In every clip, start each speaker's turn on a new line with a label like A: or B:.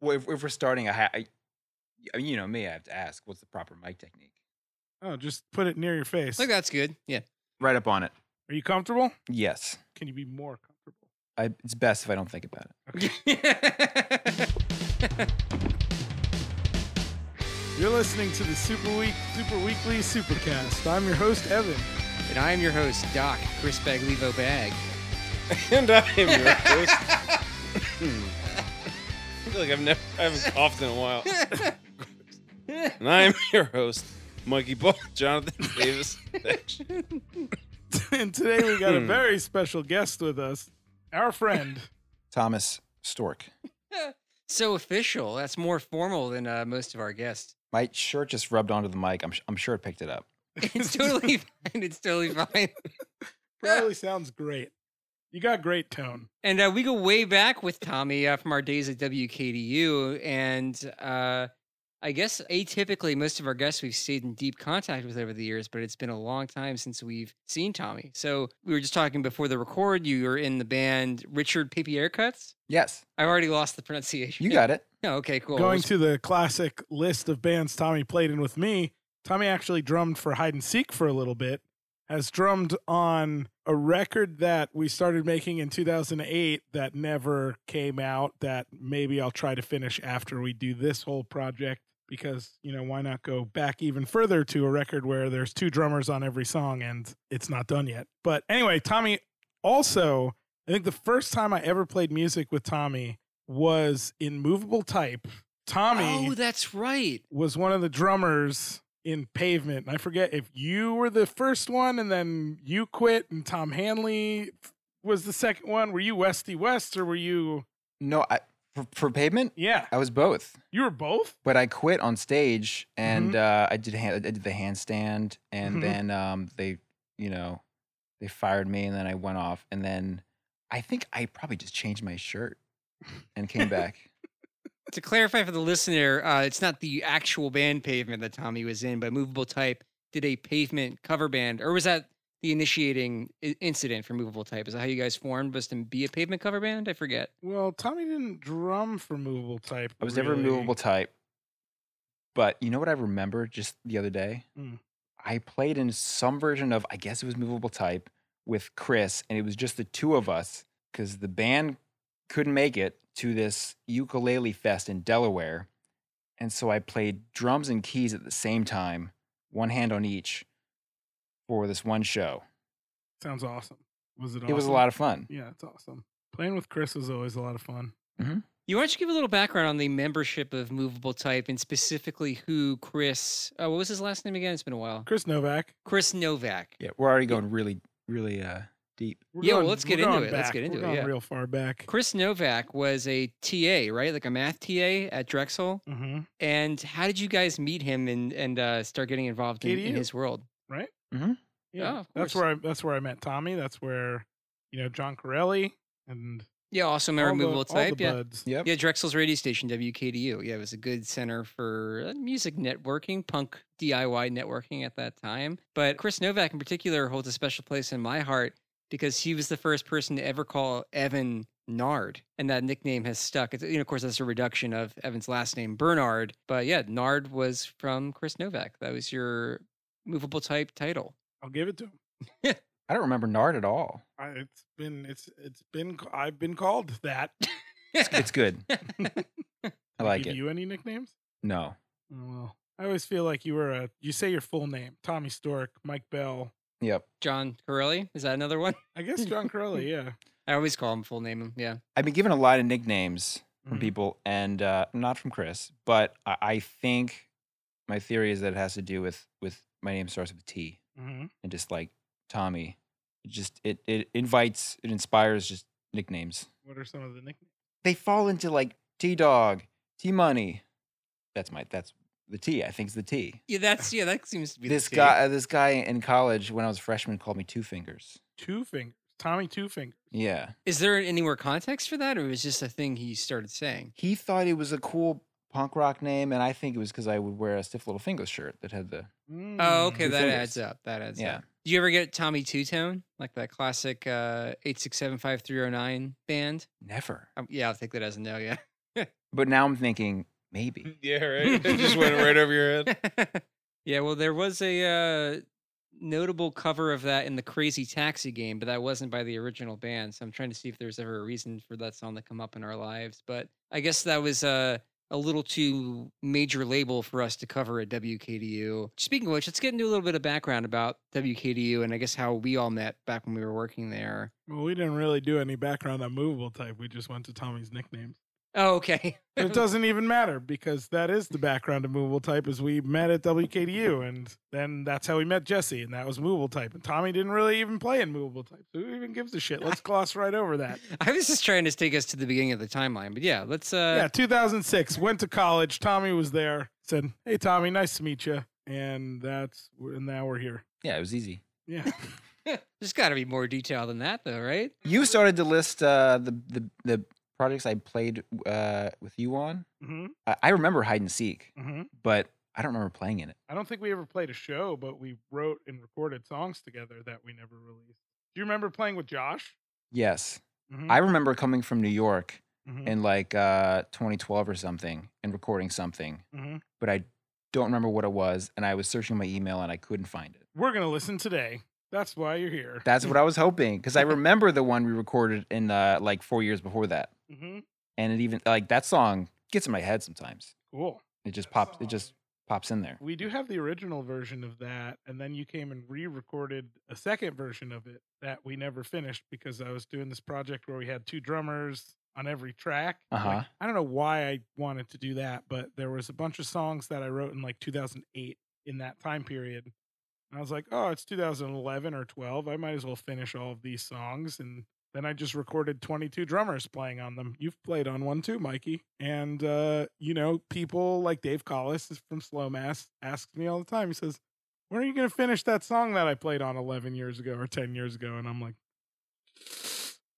A: well, if, if we're starting a ha- I, I mean, you know me, I have to ask, what's the proper mic technique?
B: Oh, just put it near your face.
C: Look, that's good. Yeah.
A: Right up on it.
B: Are you comfortable?
A: Yes,
B: Can you be more comfortable?
A: I, it's best if I don't think about it.
B: You're listening to the Super Week, Super Weekly Supercast. I'm your host, Evan.
C: and I am your host, Doc Chris Baglevo Bag.
D: And I am your host. I feel like I've never, I haven't coughed in a while. And I am your host, Monkey Ball, Jonathan Davis. Thanks.
B: and today we got a very special guest with us, our friend.
A: Thomas Stork.
C: So official. That's more formal than uh, most of our guests.
A: My shirt just rubbed onto the mic. I'm, sh- I'm sure it picked it up.
C: It's totally fine. It's totally fine.
B: Probably sounds great. You got great tone.
C: And uh, we go way back with Tommy uh, from our days at WKDU. And uh, I guess atypically, most of our guests we've stayed in deep contact with over the years, but it's been a long time since we've seen Tommy. So we were just talking before the record. You were in the band Richard Papier Cuts.
A: Yes,
C: I've already lost the pronunciation.
A: you got it.
C: No, Oh, okay, cool.
B: Going
C: Going
B: to the classic list of bands Tommy played in with me, Tommy actually drummed for Hide and Seek for a little bit, has drummed on a record that we started making in 2008 that never came out, that maybe I'll try to finish after we do this whole project. Because, you know, why not go back even further to a record where there's two drummers on every song and it's not done yet? But anyway, Tommy also, I think the first time I ever played music with Tommy was in Movable Type. Tommy
C: oh, that's right.
B: was one of the drummers in Pavement. And I forget if you were the first one and then you quit and Tom Hanley was the second one. Were you Westy West or were you
A: No, I, for, for pavement,
B: Yeah.
A: I was both,
B: You were both?
A: but I quit on stage and uh, I did hand, I did the handstand, and
B: Mhm.
A: then um, they, you know, they fired me, and then I went off, and then I think I probably just changed my shirt and came back.
C: To clarify for the listener, uh, it's not the actual band Pavement that Tommy was in, but Movable Type did a Pavement cover band, or was that the initiating i- incident for Movable Type? Is that how you guys formed? Was to be a Pavement cover band? I forget.
B: Well, Tommy didn't drum for Movable Type.
A: I was
B: really.
A: never a movable type. But you know what I remember just the other day?
B: Mm.
A: I played in some version of, I guess it was movable type with Chris, and it was just the two of us because the band couldn't make it to this ukulele fest in Delaware. And so I played drums and keys at the same time, one hand on each for this one show.
B: Sounds awesome. Was it awesome?
A: It was a lot of fun.
B: Yeah, it's awesome. Playing with Chris was always a lot of fun.
C: You why don't you give a little background on the membership of Movable Type and specifically who Chris? Uh, what was his last name again? It's been a while.
B: Chris Novak.
C: Chris Novak.
A: Yeah, we're already going really, really uh, deep.
B: We're
C: Yeah, well, let's get
B: we're
C: into
B: going
C: it. Let's
B: back.
C: get into
B: we're
C: it,
B: going
C: yeah.
B: real far back.
C: Chris Novak was a TA, right? Like a math TA at Drexel.
B: hmm
C: And how did you guys meet him and and uh, start getting involved in, in
B: KDU.
C: his world?
B: Yeah,
C: Yeah, Oh, of
B: that's
C: course.
B: where I that's where I met Tommy. That's where you know John Corelli and
C: Yeah, also my
B: all the,
C: removable
B: all the
C: type. Yeah.
B: buds.
A: Yep.
C: Yeah, Drexel's radio station, WKDU. Yeah, it was a good center for uh, music networking, punk DIY networking at that time. But Chris Novak in particular holds a special place in my heart because he was the first person to ever call Evan Nard. And that nickname has stuck. It's, you know, of course, that's a reduction of Evan's last name, Bernard. But yeah, Nard was from Chris Novak. That was your movable type title.
B: I'll give it to him.
A: I don't remember Nard at all.
B: I, it's been it's it's been c- I've been called that.
A: It's good. I
B: Did
A: like
B: give
A: it.
B: You any nicknames?
A: No.
B: Oh, well, I always feel like you were a you say your full name: Tommy Stork, Mike Bell.
A: Yep.
C: John Corelli. Is that another one?
B: I guess John Corelli. Yeah,
C: I always call him full name. Yeah.
A: I've been given a lot of nicknames from
B: Mhm.
A: people, and uh, not from Chris, but I, I think my theory is that it has to do with with my name starts with T,
B: hmm
A: and just like Tommy, it just it it invites, it inspires just nicknames.
B: What are some of the nicknames?
A: They fall into like T Dog, T Money. That's my that's the T. I think is the T.
C: Yeah, that's yeah. That seems to be the
A: This
C: case.
A: guy, uh, this guy in college when I was a freshman called me Two Fingers.
B: Two fingers. Tommy Two Fingers.
A: Yeah.
C: Is there any more context for that, or was just a thing he started saying?
A: he thought it was a cool punk rock name, and I think it was because I would wear a stiff little fingers shirt that had the
C: Oh,
B: Mm.
C: okay,
A: Two
C: that
A: fingers.
C: adds up. That adds
A: yeah.
C: up. Do you ever get Tommy Two Tone, like that classic uh, eight six seven five three zero nine band?
A: Never.
C: Um, yeah, I'll take that as a no. Yeah,
A: But now I'm thinking maybe.
D: Yeah, right. It just went right over your head.
C: yeah, well, there was a uh, notable cover of that in the Crazy Taxi game, but that wasn't by the original band. So I'm trying to see if there's ever a reason for that song to come up in our lives. But I guess that was uh, a little too major label for us to cover at WKDU. Speaking of which, let's get into a little bit of background about WKDU and I guess how we all met back when we were working there.
B: Well, we didn't really do any background on movable type. We just went to Tommy's nicknames.
C: Oh, okay.
B: But it doesn't even matter because that is the background of movable type is we met at WKDU and then that's how we met Jesse and that was movable type. And Tommy didn't really even play in movable type. So who even gives a shit? Let's gloss right over that.
C: I was just trying to take us to the beginning of the timeline, but yeah, let's.
B: yeah,
C: uh
B: 2006. Went to college. Tommy was there. Said, "Hey, Tommy, nice to meet you." And that's and now we're here.
A: Yeah, it was easy.
B: Yeah,
C: There's got to be more detail than that, though, right?
A: You started to list uh, the, the the projects I played uh, with you on.
B: hmm
A: I, I remember hide and seek,
B: hmm
A: but I don't remember playing in it.
B: I don't think we ever played a show, but we wrote and recorded songs together that we never released. Do you remember playing with Josh?
A: Yes,
B: Mhm,
A: I remember coming from New York
B: mhm,
A: in like uh, 2012 or something and recording something,
B: mhm.
A: but I don't remember what it was. And I was searching my email and I couldn't find it.
B: We're gonna listen today. That's why you're here.
A: That's what I was hoping because I remember the one we recorded in uh, like four years before that,
B: Mhm,
A: and it even like that song gets in my head sometimes.
B: Cool.
A: It just pops. It just pops in there.
B: We do have the original version of that, and then you came and re-recorded a second version of it that we never finished because I was doing this project where we had two drummers on every track. Like,
A: Uh-huh.
B: I don't know why I wanted to do that, but there was a bunch of songs that I wrote in like 2008 in that time period. And I was like, oh, it's 2011 or 12. I might as well finish all of these songs. And then I just recorded 22 drummers playing on them. You've played on one too, Mikey. And, uh, you know, people like Dave Collis is from Slow Mass asks me all the time. He says, when are you going to finish that song that I played on 11 years ago or 10 years ago? And I'm like,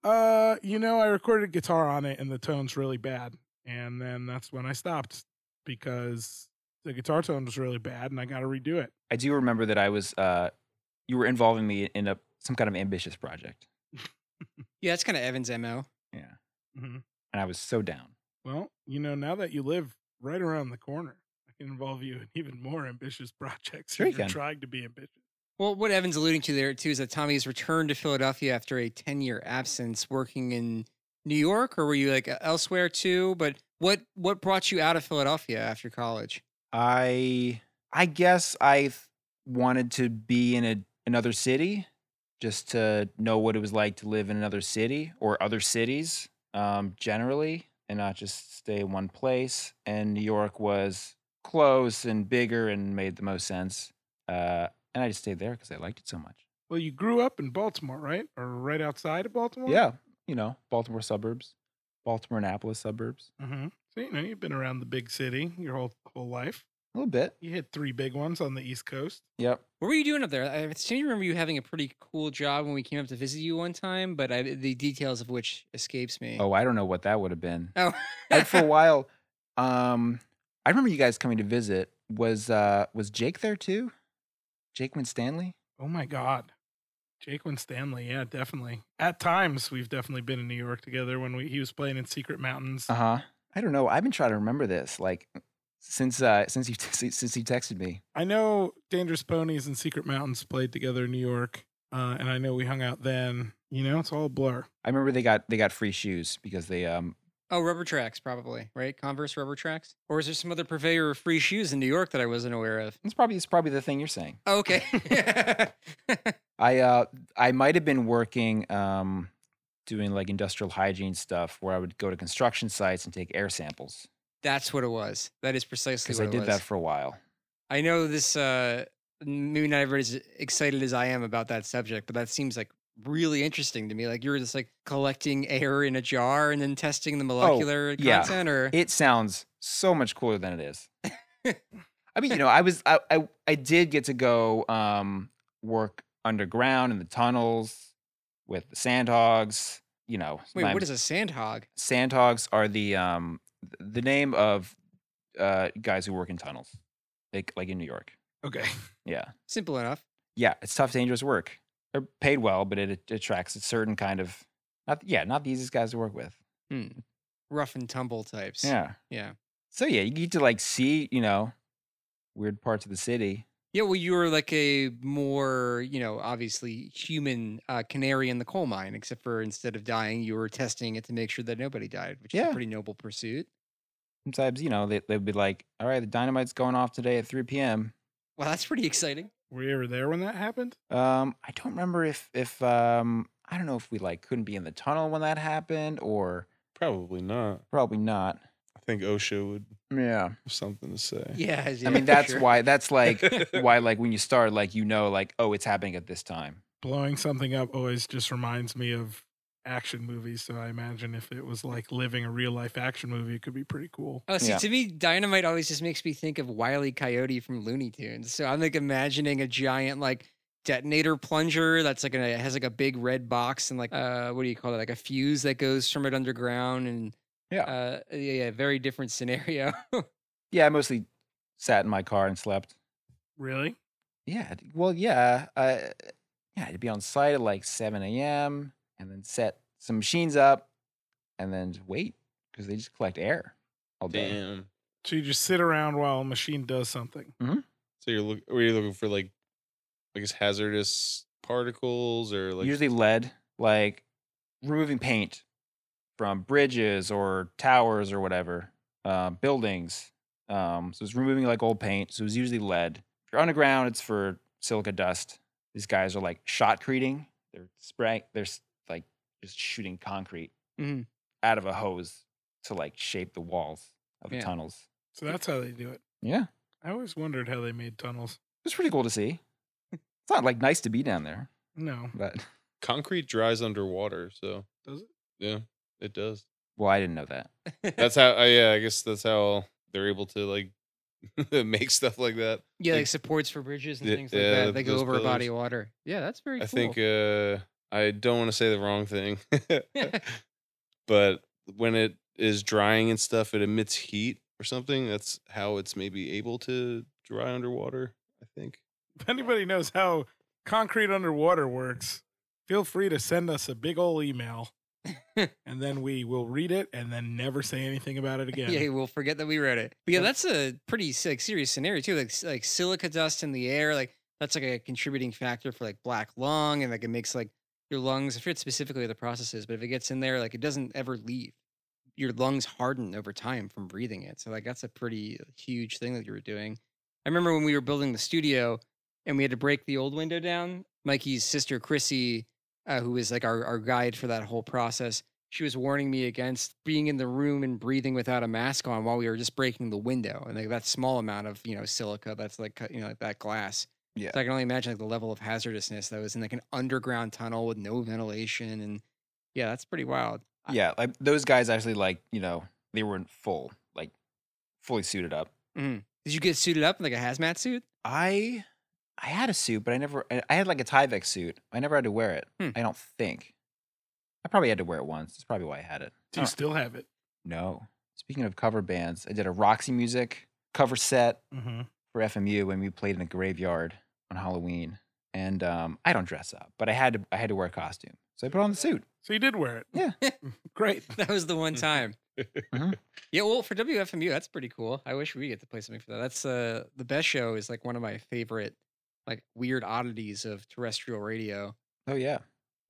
B: uh, you know, I recorded guitar on it and the tone's really bad. And then that's when I stopped because the guitar tone was really bad and I got to redo it.
A: I do remember that I was uh, you were involving me in a some kind of ambitious project,
C: Yeah, that's kind of Evan's mo.
B: Mm-hmm.
A: and I was so down.
B: Well, you know, now that you live right around the corner, I can involve you in even more ambitious projects.
A: Sure
B: if
A: you
B: you're
A: can.
B: trying to be ambitious.
C: Well, what Evan's alluding to there too is that Tommy's returned to Philadelphia after a ten-year absence, working in New York, or were you like e-, elsewhere too? But what what brought you out of Philadelphia after college?
A: I I guess I th- wanted to be in a another city just to know what it was like to live in another city or other cities um, generally and not just stay in one place. And New York was close and bigger and made the most sense. Uh, and I just stayed there because I liked it so much.
B: Well, you grew up in Baltimore, right? Or right outside of Baltimore?
A: Yeah, you know, Baltimore suburbs, Baltimore Annapolis suburbs,
B: Mm-hmm. So, you know, you've been around the big city your whole, whole life.
A: a little bit.
B: You hit three big ones on the East Coast.
A: Yep.
C: What were you doing up there? I seem to remember you having a pretty cool job when we came up to visit you one time, but I, the details of which escapes me.
A: Oh, I don't know what that would have been.
C: oh.
A: like for a while. Um, I remember you guys coming to visit. Was uh was Jake there too? Jake Winstanley?
B: Oh my God. Jake and Stanley, yeah, definitely. At times, we've definitely been in New York together when we, he was playing in Secret Mountains.
A: Uh
C: Uh-huh.
A: huh. I don't know. I've been trying to remember this like since uh since you since you texted me.
B: I know Dangerous Ponies and Secret Mountains played together in New York, uh, and I know we hung out then. You know, it's all a blur.
A: I remember they got they got free shoes because they um
C: Oh, rubber tracks, probably, right? Converse rubber tracks? Or is there some other purveyor of free shoes in New York that I wasn't aware of?
A: it's probably it's probably the thing you're saying.
C: Oh, okay.
A: I uh I might have been working um doing like industrial hygiene stuff where I would go to construction sites and take air samples
C: That's what it was. That is precisely
A: because
C: what
A: I
C: it
A: did
C: was.
A: that for a while.
C: I know this, uh, maybe not everybody's as excited as I am about that subject, but that seems like really interesting to me. Like you were just like collecting air in a jar and then testing the molecular
A: Oh, yeah.
C: content or.
A: it sounds so much cooler than it is. I mean, you know, I was I I, I did get to go um, work underground in the tunnels with the sandhogs. You know,
C: Wait, what is a sandhog?
A: sandhogs? Are the um th- the name of uh guys who work in tunnels, like like in New York.
B: Okay.
A: Yeah,
C: Simple enough.
A: yeah, it's tough, dangerous work. They're paid well, but it, it attracts a certain kind of not yeah not the easiest guys to work with.
C: Hmm. rough and tumble types.
A: Yeah.
C: Yeah.
A: So yeah, you get to like see, you know, weird parts of the city.
C: Yeah, well, you were like a more, you know, obviously human uh, canary in the coal mine, except for instead of dying, you were testing it to make sure that nobody died, which is
A: Yeah.
C: a pretty noble pursuit.
A: Sometimes, you know, they they'd be like, All right, the dynamite's going off today at three PM.
C: Well, that's pretty exciting.
B: Were you ever there when that happened?
A: Um, I don't remember if if um I don't know if we like couldn't be in the tunnel when that happened or
D: Probably not.
A: probably not.
D: I think OSHA would
A: Yeah.
D: have something to say.
C: Yeah.
A: I mean that's
C: why.
A: why that's like why like when you start like you know like oh it's happening at this time.
B: Blowing something up always just reminds me of action movies. So I imagine if it was like living a real life action movie, it could be pretty cool.
C: Oh, see,
A: Yeah.
C: to me, dynamite always just makes me think of Wile E. Coyote from Looney Tunes. So I'm like imagining a giant like detonator plunger that's like a has like a big red box and like uh what do you call it like a fuse that goes from it underground and
A: Yeah.
C: uh yeah, yeah very different scenario.
A: Yeah, I mostly sat in my car and slept.
B: Really?
A: Yeah. d- Well, yeah. Uh, yeah, I'd be on site at like 7 a.m. and then set some machines up and then just wait because they just collect air all day.
D: Damn.
B: So you just sit around while a machine does something.
D: So you're looking? Were you looking for like, I guess hazardous particles or like?
A: Usually lead, like removing paint from bridges or towers or whatever, uh, buildings. Um, so it's removing like old paint. So it's usually lead. If you're underground, it's for silica dust. These guys are like shotcreting. They're spraying. They're s- like just shooting concrete
C: Mhm.
A: out of a hose to like shape the walls of the
C: Yeah.
A: tunnels.
B: So that's how they do it.
A: Yeah,
B: I always wondered how they made tunnels.
A: it's pretty cool to see. It's not like nice to be down there,
B: No.
A: but
D: concrete dries underwater, so
B: Does it?
D: Yeah, it does.
A: well, I didn't know that.
D: That's how. I, yeah, I guess that's how they're able to like make stuff like that.
C: yeah,
D: Like-
C: like supports for bridges and
D: Yeah,
C: things like
D: yeah,
C: that. They go
D: those
C: over a body
D: pillars.
C: of water. Yeah, that's very
D: I
C: cool.
D: think uh I don't want to say the wrong thing. but when it is drying and stuff, it emits heat or something. That's how it's maybe able to dry underwater, I think.
B: If anybody knows how concrete underwater works, feel free to send us a big ol' email. and then we will read it and then never say anything about it again.
C: Yeah, we'll forget that we read it. But yeah,
B: Yeah.
C: that's a pretty si- like, serious scenario too. Like s- like silica dust in the air, like that's like a contributing factor for like black lung, and like it makes like your lungs. I forget specifically what the process is, but if it gets in there, like it doesn't ever leave. Your lungs harden over time from breathing it. So like that's a pretty uh, huge thing that you were doing. I remember when we were building the studio and we had to break the old window down. Mikey's sister Chrissy, uh, who was like our, our guide for that whole process, she was warning me against being in the room and breathing without a mask on while we were just breaking the window and like that small amount of you know silica that's like cut- you know like that glass.
A: Yeah.
C: So I can only imagine like the level of hazardousness that was in like an underground tunnel with no ventilation and yeah, that's pretty wild. I-
A: Yeah, like those guys actually like you know they were in full like fully suited up.
C: Mm. Did you get suited up in like a hazmat suit?
A: I I had a suit, but I never I I had like a Tyvek suit. I never had to wear it.
C: Hmm.
A: I don't think. I probably had to wear it once. That's probably why I had it.
B: Do you still have it?
A: No. Speaking of cover bands, I did a Roxy Music cover set
B: Mm-hmm.
A: for FMU when we played in a graveyard on Halloween. And um, I don't dress up, but I had to I had to wear a costume, so I put on the suit.
B: So you did wear it.
A: Yeah.
B: Great.
C: That was the one time.
A: Mhm.
C: Yeah, well, for WFMU, that's pretty cool. I wish we get to play something for that. That's uh, the best show is like one of my favorite, like weird oddities of terrestrial radio.
A: Oh yeah.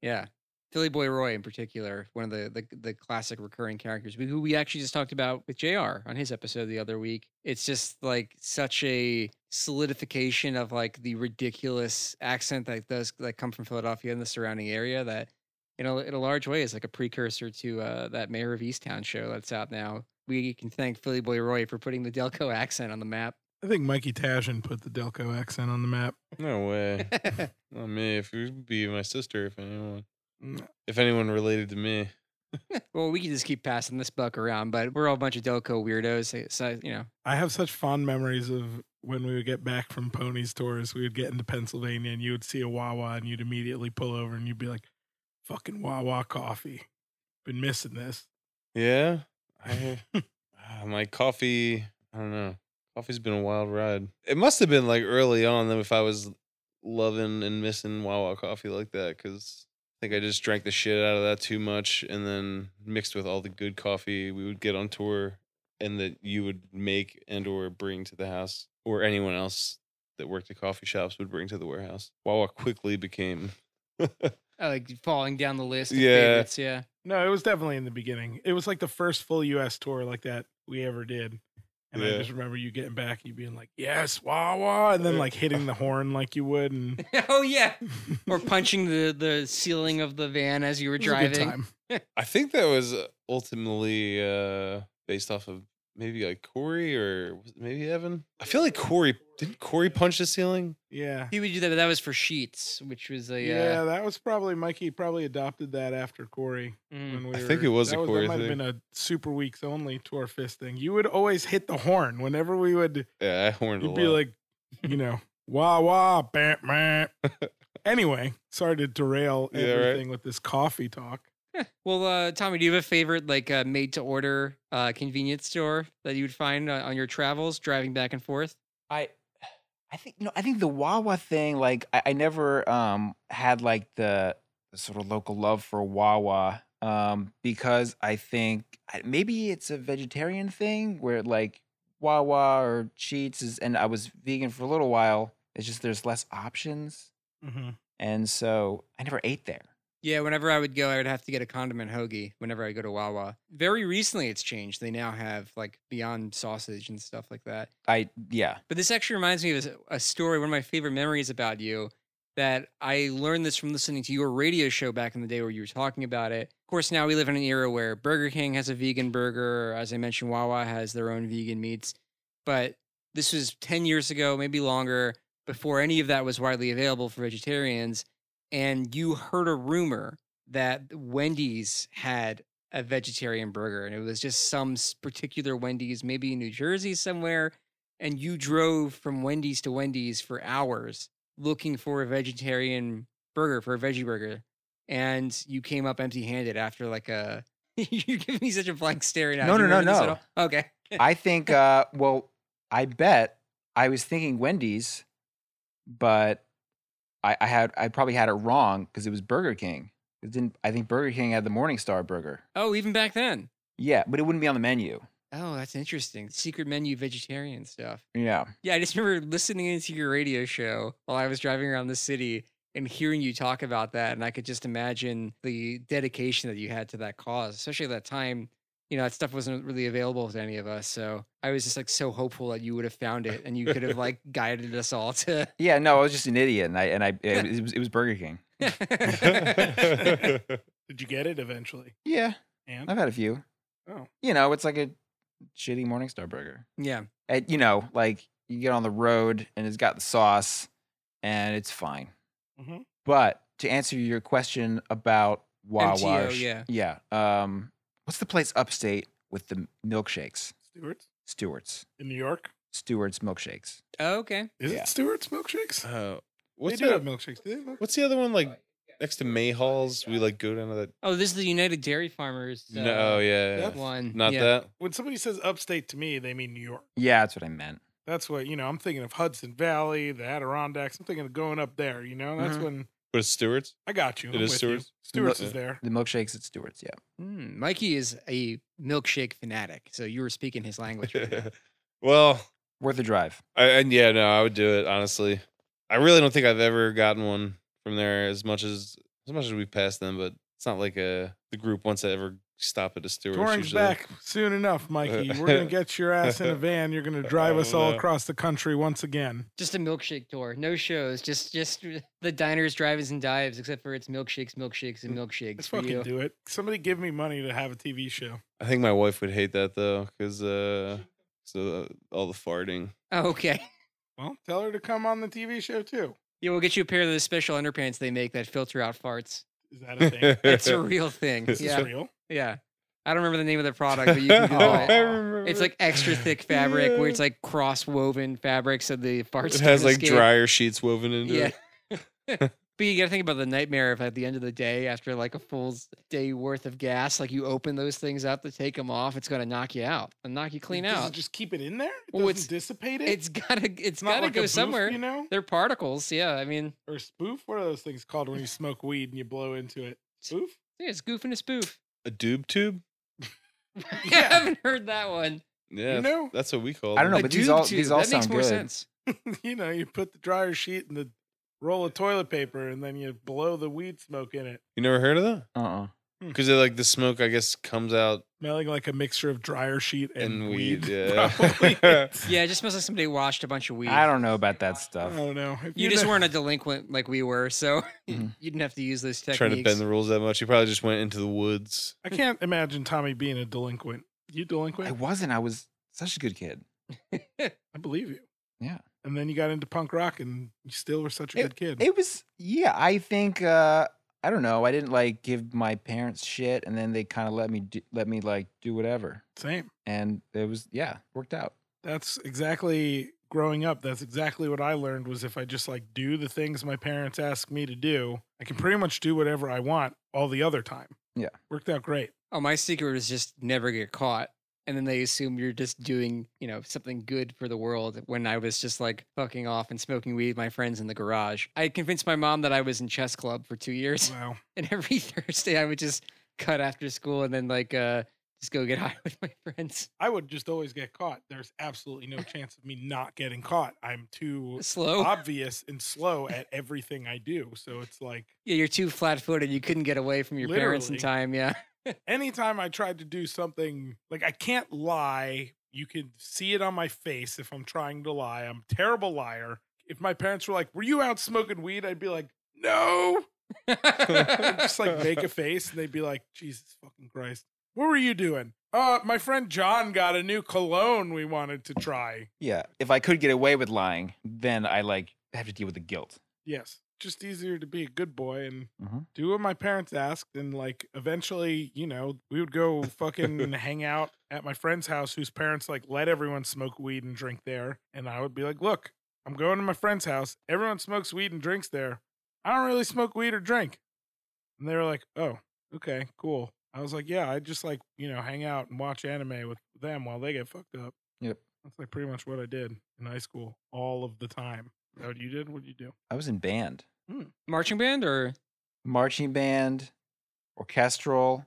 C: Yeah, Philly Boy Roy in particular, one of the the, the classic recurring characters we- who we actually just talked about with Jr. on his episode the other week. It's just like such a solidification of like the ridiculous accent that does that come from Philadelphia and the surrounding area that. In a, in a large way, is like a precursor to uh, that Mayor of Easttown show that's out now. We can thank Philly Boy Roy for putting the Delco accent on the map.
B: I think Mikey Tashin put the Delco accent on the map.
D: No way.
C: yeah,
D: Not me. If it would be my sister, if anyone
B: Mm.
D: if anyone related to me.
C: well, we can just keep passing this buck around, but we're all a bunch of Delco weirdos. so- So, you know,
B: I have such fond memories of when we would get back from ponies tours. We would get into Pennsylvania and you would see a Wawa and you'd immediately pull over and you'd be like, fucking Wawa coffee. Been missing this.
D: Yeah. I Ah, my coffee, I don't know. Coffee's been a wild ride. It must have been like early on though if I was loving and missing Wawa coffee like that cuz think I just drank the shit out of that too much, and then mixed with all the good coffee we would get on tour, and that you would make and or bring to the house, or anyone else that worked at coffee shops would bring to the warehouse. Wawa quickly became
C: I uh, like falling down the list. Of
D: Yeah.
C: Favorites, yeah.
B: No, it was definitely in the beginning. It was like the first full U.S. tour like that we ever did, and I
D: Yeah.
B: just remember you getting back, you being like, "Yes, wah wah," and then like hitting the horn like you would, and
C: oh yeah.
B: It
C: Or punching the the ceiling of the van as you were
B: was a good
C: driving.
B: time.
D: I think that was uh, ultimately uh, based off of maybe like Corey or was it maybe Evan. I feel like Corey didn't Corey punch the ceiling.
B: Yeah,
C: He would do that, but that was for sheets, which was a uh,
B: yeah, that was probably Mikey. Probably adopted that after Corey.
C: Uh, mm.
B: When we
D: I think
B: were-
D: it was a
B: that
D: Corey
B: That might have
D: thing.
B: been a super weeks only tour fist thing. You would always hit the horn whenever we would.
D: Yeah, I horned
B: You'd
D: a
B: be
D: lot.
B: like, you know, wah wah, bam, bam. anyway, sorry to derail
D: Yeah, right.
B: everything with this coffee talk.
C: Well, uh, Tommy, do you have a favorite like uh, made to order uh, convenience store that you would find uh, on your travels driving back and forth?
A: I I think no, I think the Wawa thing, like I, I never um had like the, the sort of local love for Wawa. Um, because I think I- maybe it's a vegetarian thing where like Wawa or Cheats is and I was vegan for a little while. It's just there's less options.
D: Mm-hmm.
A: And so I never ate there.
C: Yeah, whenever I would go, I would have to get a condiment hoagie whenever I go to Wawa. Very recently, it's changed. They now have like Beyond Sausage and stuff like that.
A: I yeah.
C: But this actually reminds me of a- a story, one of my favorite memories about you, that I learned this from listening to your radio show back in the day where you were talking about it. Of course, now we live in an era where Burger King has a vegan burger, or as I mentioned, Wawa has their own vegan meats. But this was 10 years ago, maybe longer, before any of that was widely available for vegetarians. And you heard a rumor that Wendy's had a vegetarian burger, and it was just some s- particular Wendy's, maybe in New Jersey somewhere and you drove from Wendy's to Wendy's for hours looking for a vegetarian burger for a veggie burger, and you came up empty-handed after like a. You're giving me such a blank stare now.
A: No,
C: Do you
A: no, no,
C: remember this at
A: no.
C: all? Okay.
A: I think uh well, I bet I was thinking Wendy's, but I, I had I probably had it wrong because it was Burger King. It didn't I think Burger King had the Morningstar burger.
C: Oh, even back then.
A: Yeah, but it wouldn't be on the menu.
C: Oh, that's interesting. Secret menu vegetarian stuff.
A: Yeah.
C: Yeah, I just remember listening into your radio show while I was driving around the city and hearing you talk about that. And I could just imagine the dedication that you had to that cause, especially at that time. You know, that stuff wasn't really available to any of us. So I was just like so hopeful that you would have found it and you could have like guided us all to.
A: Yeah, no, I was just an idiot and I and I it, was- it was it was Burger King.
B: Did you get it eventually?
A: Yeah.
B: And
A: I've had a few.
B: Oh.
A: You know, it's like a shitty Morningstar burger.
C: yeah.
A: And, you know, like you get on the road and it's got the sauce and it's fine.
B: Mhm.
A: But to answer your question about Wawa,
C: MTO,
A: sh-
C: yeah.
A: yeah. Um, what's the place upstate with the m- milkshakes?
B: Stewart's
A: Stewart's,
B: in New York.
A: Stewart's milkshakes.
C: Oh, okay.
B: Is
A: Yeah.
B: it Stewart's milkshakes?
D: Uh,
B: They
D: what's
B: do have
D: the,
B: milkshakes. Do they have milkshakes?
D: what's the other one like next to Mayhall's? We like go down to that.
C: Oh, this is the United Dairy Farmers. Uh,
D: no, yeah, yeah,
B: that's-
C: One.
D: not
C: Yeah.
D: that.
B: When somebody says upstate to me, they mean New York.
A: Yeah, that's what I meant.
B: That's what you know. I'm thinking of Hudson Valley, the Adirondacks. I'm thinking of going up there. You know, that's
A: Mhm.
B: when
D: But it's Stewart's.
B: I got you.
D: Mm-hmm. It
B: I'm
D: is
B: with
D: Stewart's?
B: You. Stewart's is
D: Yeah.
B: there.
A: The milkshakes at Stewart's, yeah.
C: Mm, Mikey is a milkshake fanatic. So you were speaking his language. right now.
D: well,
A: Worth a drive.
D: I, and yeah, no, I would do it honestly. I really don't think I've ever gotten one from there as much as as much as we passed them, but it's not like a the group wants to ever stop at a Stewart's.
B: Touring's
D: usually.
B: back soon enough, Mikey. We're gonna get your ass in a van. You're gonna drive us all
D: no.
B: across the country once again.
C: Just a milkshake tour, no shows, just just the diners, drive-ins, and dives, except for it's milkshakes, milkshakes,
D: Mm,
C: and milkshakes
B: Let's
C: for
B: fucking
C: you.
B: do it. Somebody give me money to have a TV show.
D: I think my wife would hate that though, because uh, so all the farting.
C: Oh, okay,
B: Well, tell her to come on the TV show too.
C: yeah, we'll get you a pair of those special underpants they make that filter out farts.
B: Is that a thing?
C: It's a real thing.
D: This is
B: Is this
C: yeah,
B: real?
C: yeah. I don't remember the name of the product, but you
D: Oh,
C: can Google
A: Aw.
C: it. It's like extra thick fabric where it's like cross-woven fabric, so the farts
D: it has
C: don't
D: like
C: escape.
D: dryer sheets woven into
C: Yeah.
D: it.
C: But you got to think about the nightmare of at the end of the day, after like a full s- day worth of gas, like you open those things up to take them off, it's going to knock you out and knock you clean
B: Does it
C: out.
B: just keep it in there. It
C: Well,
B: doesn't
C: it's-
B: dissipate it.
C: It's gotta, it's
B: It's not
C: gotta
B: like a
C: go
B: boof,
C: somewhere.
B: you know,
C: They're particles. Yeah, I mean,
B: or spoof. What are those things called when you smoke weed and you blow into it? Spoof.
C: yeah, it's goof and a spoof.
D: A doob tube?
C: I haven't heard that one.
D: Yeah.
B: You know,
D: That's what we call
A: I don't
D: them.
A: know,
C: A
A: but these
C: doob
A: all
C: tube,
A: these all
C: that
A: sound
C: makes more
A: good.
C: sense.
B: you know, you put the dryer sheet and the roll of toilet paper, and then you blow the weed smoke in it,
D: You never heard of that?
A: Uh uh
D: Because like the smoke, I guess, comes out
B: smelling like a mixture of dryer sheet and,
D: and, weed.
B: probably.
D: Yeah.
C: Yeah, it just smells like somebody washed a bunch of weed.
A: I don't know about that
B: I
A: stuff.
B: don't know. If
C: You just
B: know-
C: weren't a delinquent like we were, so you
A: Mhm.
C: didn't have to use those techniques.
D: Trying to bend the rules that much. He probably just went into the woods.
B: I can't imagine Tommy being a delinquent. You delinquent?
A: I wasn't. I was such a good kid.
B: I believe you.
A: Yeah.
B: And then you got into punk rock, and you still were such a good kid.
A: It was yeah, I think uh I don't know. I didn't like give my parents shit and then they kind of let me do, let me like do whatever.
B: Same.
A: And it was yeah, worked out.
B: That's exactly growing up. That's exactly what I learned was if I just like do the things my parents ask me to do, I can pretty much do whatever I want all the other time.
A: Yeah.
B: Worked out great.
C: Oh, my secret was just never get caught. And then they assume you're just doing, you know, something good for the world when I was just like fucking off and smoking weed with my friends in the garage. I convinced my mom that I was in chess club for two years.
B: Wow.
C: And every Thursday I would just cut after school and then like uh just go get high with my friends.
B: I would just always get caught. There's absolutely no chance of me not getting caught. I'm too
C: Slow.
B: obvious and slow at everything I do. So it's like
C: Yeah, you're too flat footed. You couldn't get away from your parents in
B: Literally.
C: time. Yeah.
B: anytime I tried to do something, like I can't lie. You can see it on my face if I'm trying to lie. I'm a terrible liar. If my parents were like, "Were you out smoking weed?" I'd be like, "No." I'd just like make a face, and they'd be like, "Jesus fucking Christ, what were you doing?" Uh, my friend John got a new cologne we wanted to try.
A: Yeah. If I could get away with lying, then I like have to deal with the guilt.
B: Yes, just easier to be a good boy and
A: Mhm.
B: do what my parents asked. And like, eventually, you know, we would go fucking hang out at my friend's house, whose parents like let everyone smoke weed and drink there. And I would be like, look, I'm going to my friend's house. Everyone smokes weed and drinks there. I don't really smoke weed or drink. And they were like, oh, okay, cool. I was like, yeah, I just like, you know, hang out and watch anime with them while they get fucked up.
A: Yep.
B: That's like pretty much what I did in high school all of the time. Is that what you did? What did you do?
A: I was in band,
C: Marching band or
A: marching band, orchestral,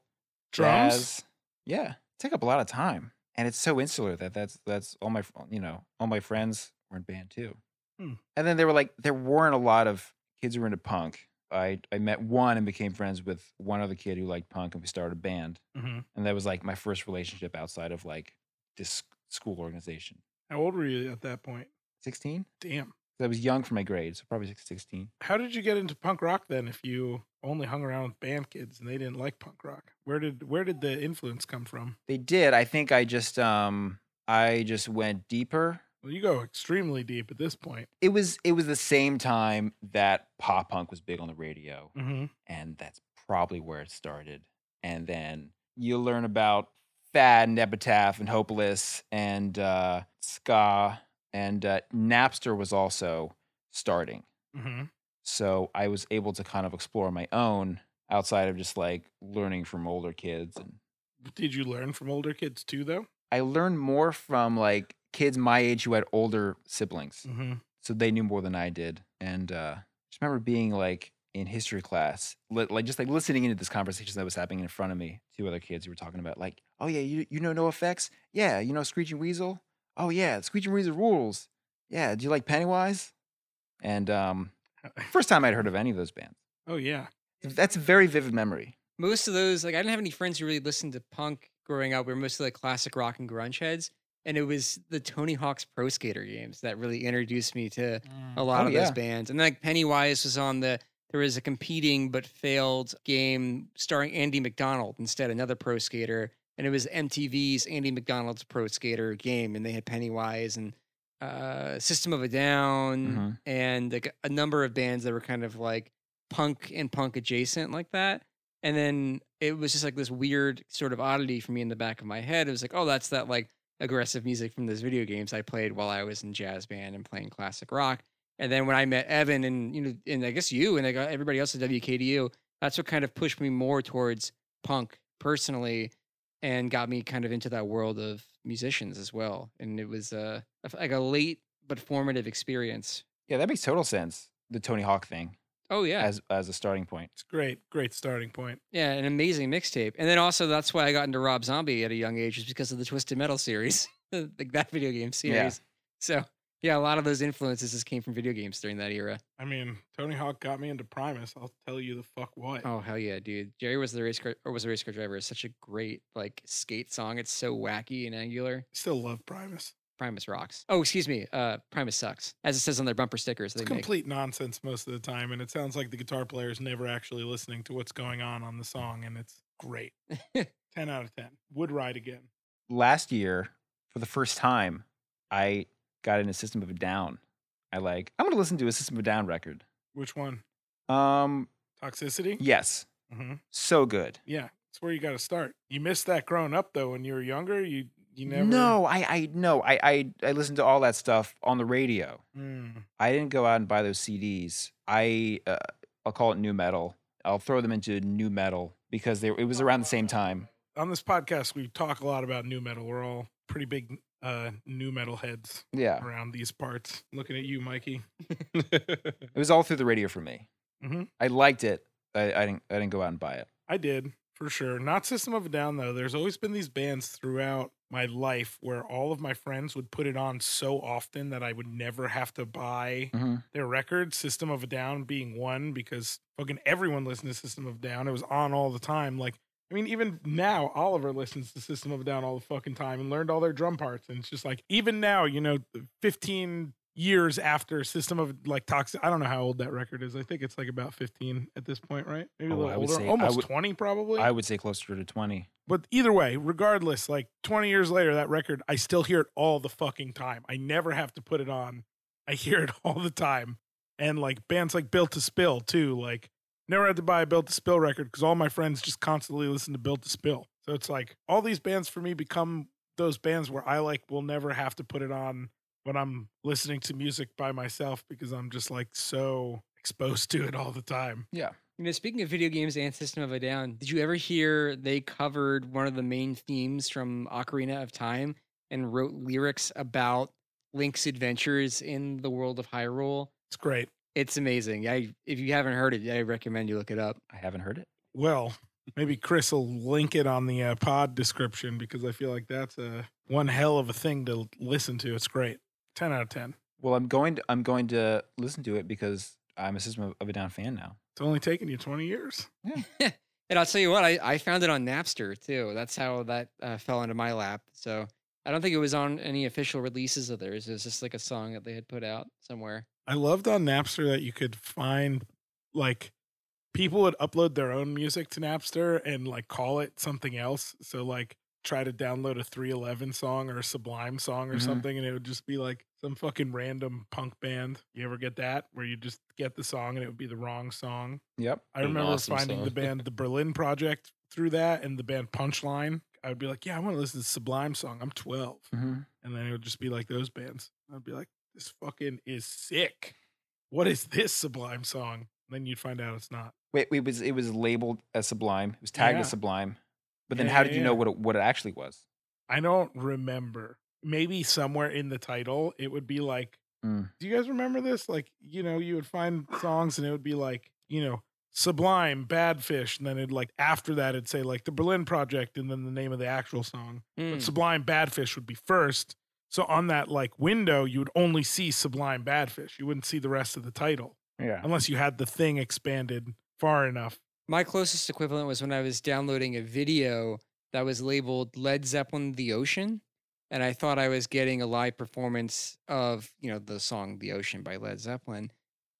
B: Drums?
A: jazz. Yeah, it took up a lot of time, and it's so insular that that's that's all my fr- you know all my friends were in band too.
B: Hmm.
A: And then they were like, there weren't a lot of kids who were into punk. I I met one and became friends with one other kid who liked punk, and we started a band,
B: Mm-hmm.
A: and that was like my first relationship outside of like this school organization.
B: How old were you at that point?
A: Sixteen.
B: Damn.
A: I was young for my grade, so probably sixteen.
B: How did you get into punk rock then if you only hung around with band kids and they didn't like punk rock? Where did where did the influence come from?
A: They did. I think I just um I just went deeper
B: Well, you go extremely deep at this point.
A: it was it was the same time that pop punk was big on the radio
B: Mm-hmm.
A: and that's probably where it started and then you learn about fad and epitaph and hopeless and uh, ska and uh, napster was also starting
B: Mm-hmm.
A: so i was able to kind of explore my own outside of just like learning from older kids and
B: Did you learn from older kids too, though?
A: i learned more from like kids my age who had older siblings
B: Mm-hmm.
A: so they knew more than I did. And uh, just remember being like in history class, li- like just like listening into this conversation that was happening in front of me. Two other kids who were talking about like, oh yeah, you you know no effects, yeah, you know Screeching Weasel, oh yeah, Screeching Weasel rules, yeah. Do you like Pennywise? And um, first time I'd heard of any of those bands.
B: Oh yeah.
A: That's a very vivid memory.
C: most of those like I didn't have any friends who really listened to punk growing up. We were mostly like classic rock and grunge heads, and it was the Tony Hawk's Pro Skater games that really introduced me to a lot
A: Oh,
C: of
A: yeah.
C: those bands. And like Pennywise was on the there was a competing but failed game starring Andy McDonald instead, another pro skater, and it was MTV's Andy McDonald's Pro Skater game, and they had Pennywise and uh, System of a Down
A: Mhm.
C: and like a number of bands that were kind of like punk and punk adjacent like that. And then it was just like this weird sort of oddity for me in the back of my head. It was like, oh, that's that like aggressive music from those video games I played while I was in jazz band and playing classic rock. And then when I met Evan and you know, and I guess you and I got everybody else at WKDU, that's what kind of pushed me more towards punk personally, and got me kind of into that world of musicians as well. And it was uh, a f- like a late but formative experience.
A: Yeah, that makes total sense. The Tony Hawk thing
C: Oh yeah,
A: as as a starting point.
B: It's great, great starting point.
C: yeah, an amazing mixtape. And then also that's why I got into Rob Zombie at a young age, is because of the Twisted Metal series, like that video game series. So yeah, a lot of those influences just came from video games during that era.
B: I mean, Tony Hawk got me into Primus. I'll tell you the fuck what.
C: Oh hell yeah, dude! Jerry was the race car or was a race car driver. It's such a great like skate song. It's so wacky and angular.
B: Still love Primus.
C: Primus rocks. Oh, excuse me. Uh, Primus sucks, as it says on their bumper stickers. They
B: It's
C: make.
B: complete nonsense most of the time, and it sounds like the guitar player is never actually listening to what's going on on the song, and it's great. ten out of ten. Would ride again.
A: Last year, for the first time, I got into System of a Down. I like I'm gonna listen to a System of a Down record.
B: Which one?
A: Um,
B: Toxicity.
A: yes,
B: Mm-hmm.
A: so good.
B: Yeah, it's where you got to start. You missed that growing up though. When you were younger, you you never.
A: No, I I no, I I I listened to all that stuff on the radio.
B: Mm.
A: I didn't go out and buy those CDs. I uh, I'll call it new metal. I'll throw them into new metal because they it was around the same time.
B: On this podcast, we talk a lot about new metal. We're all pretty big uh new metal heads
A: Yeah,
B: around these parts. Looking at you, Mikey.
A: it was all through the radio for me.
B: Mhm.
A: I liked it. I, I didn't I didn't go out and buy it.
B: I did for sure. Not System of a Down though. There's always been these bands throughout my life where all of my friends would put it on so often that I would never have to buy
A: Mhm.
B: their record. System of a Down being one because fucking everyone listened to System of a Down. It was on all the time. Like I mean, even now Oliver listens to System of a Down all the fucking time and learned all their drum parts. And it's just like even now, you know, 15 years after System of like Toxic. I don't know how old that record is. I think it's like about 15 at this point, right? Maybe a
A: Oh,
B: little
A: I would
B: older,
A: say- I
B: almost
A: would-
B: 20 probably.
A: I would say closer to twenty.
B: But either way, regardless, like 20 years later, that record, I still hear it all the fucking time. I never have to put it on. I hear it all the time. And like bands like Built to Spill, too. Like, never had to buy a Built to Spill record because all my friends just constantly listen to Built to Spill. So it's like all these bands for me become those bands where I like will never have to put it on when I'm listening to music by myself because I'm just like so exposed to it all the time.
C: You know, speaking of video games and System of a Down, did you ever hear they covered one of the main themes from Ocarina of Time and wrote lyrics about Link's adventures in the world of Hyrule?
B: It's great.
C: It's amazing. I if you haven't heard it, I recommend you look it up.
A: I haven't heard it.
B: Well, maybe Chris will link it on the uh, pod description because I feel like that's a one hell of a thing to l- listen to. It's great. Ten out of ten.
A: Well, I'm going to I'm going to listen to it because I'm a System of- of a Down fan now.
B: It's only taken you twenty years.
C: And I'll tell you what, I, I found it on Napster too. That's how that uh, fell into my lap. So I don't think it was on any official releases of theirs. It was just like a song that they had put out somewhere.
B: I loved on Napster that you could find like people would upload their own music to Napster and like call it something else. So like try to download a 311 song or a Sublime song or
A: Mhm.
B: something and it would just be like some fucking random punk band. You ever get that where you just get the song and it would be the wrong song?
A: Yep.
B: I
D: An
B: remember
D: awesome
B: finding the
D: song.
B: band The Berlin Project through that and the band Punchline. I would be like, yeah, I want to listen to Sublime song. I'm 12.
A: Mm-hmm.
B: And then it would just be like those bands. I'd be like, this fucking is sick. What is this Sublime song? And then you'd find out it's not.
A: Wait, it was it was labeled as Sublime. It was tagged
B: Yeah.
A: as Sublime. But then
B: Yeah,
A: how
B: yeah,
A: did you know
B: yeah.
A: what it, what it actually was?
B: I don't remember. Maybe somewhere in the title, it would be like,
A: Mm.
B: do you guys remember this? Like, you know, you would find songs and it would be like, you know, Sublime, Bad Fish. And then it'd like, after that, it'd say like the Berlin Project and then the name of the actual song.
C: Hmm.
B: but Sublime Badfish would be first. So on that like window, you would only see Sublime Badfish. You wouldn't see the rest of the title
A: Yeah.
B: unless you had the thing expanded far enough.
C: My closest equivalent was when I was downloading a video that was labeled Led Zeppelin The Ocean. And I thought I was getting a live performance of, you know, the song The Ocean by Led Zeppelin.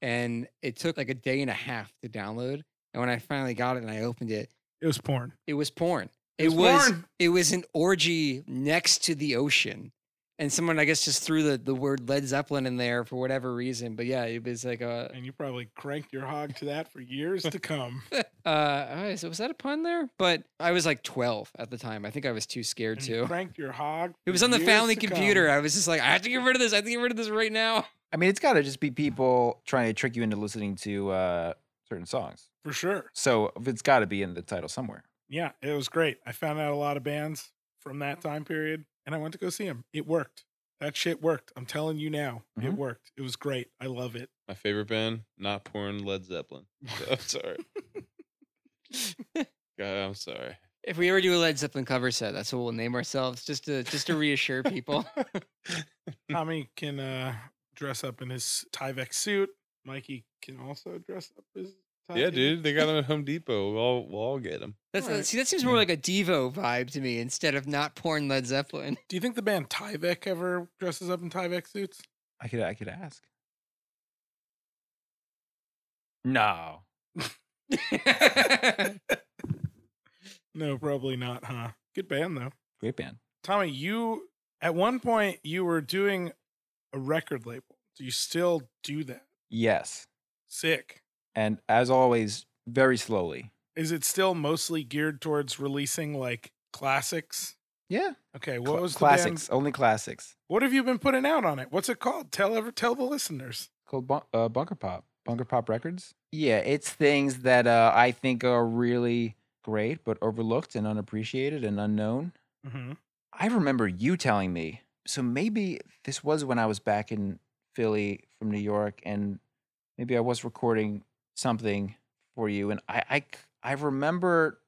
C: And it took like a day and a half to download. And when I finally got it and I opened it,
B: It was porn.
C: it was porn.
B: It
C: It
B: was
C: was
B: porn.
C: it was an orgy next to the ocean. And someone I guess just threw the, the word Led Zeppelin in there for whatever reason. But yeah, it was like a
B: And you probably cranked your hog to that for years to come.
C: uh oh, so was that a pun there? But I was like twelve at the time. I think I was too scared
B: And you
C: to.
B: cranked your hog.
C: It was
B: for
C: on the
B: years
C: family
B: to come.
C: computer. I was just like, I have to get rid of this. I have to get rid of this right now.
A: I mean, it's got to just be people trying to trick you into listening to uh, certain songs.
B: for sure.
A: So it's got to be in the title somewhere.
B: Yeah, it was great. I found out a lot of bands from that time period and I went to go see them. It worked. That shit worked. I'm telling you now, it
C: Mm-hmm.
A: Mhm.
B: worked. It was great. I love it.
D: My favorite band, not porn, Led Zeppelin. So, I'm sorry. God, I'm sorry.
C: If we ever do a Led Zeppelin cover set, that's what we'll name ourselves, just to just to reassure people.
B: Tommy can uh, dress up in his Tyvek suit. Mikey can also dress up as Tyvek.
D: Yeah, dude, they got them at Home Depot. We'll all, we'll all get them.
C: That's
B: Alright.
C: see, that seems more
A: Yeah.
C: like a Devo vibe to me instead of not porn Led Zeppelin.
B: Do you think the band Tyvek ever dresses up in Tyvek suits?
A: I could I could ask. No.
B: No, probably not, huh? Good band though.
A: Great band.
B: Tommy, you at one point you were doing a record label. Do you still do that?
A: Yes.
B: Sick.
A: And as always, very slowly.
B: Is it still mostly geared towards releasing like classics?
A: Yeah.
B: Okay,
A: Cla-
B: what was the
A: classics?
B: Band?
A: Only classics.
B: What have you been putting out on it? What's it called? Tell ever tell the listeners.
A: Called bun- uh, Bunker Pop. Bunker Pop Records. Yeah, it's things that uh, I think are really great, but overlooked and unappreciated and unknown.
B: Mm-hmm.
A: I remember you telling me. So maybe this was when I was back in Philly from New York, and maybe I was recording something for you. And I, I, c- I remember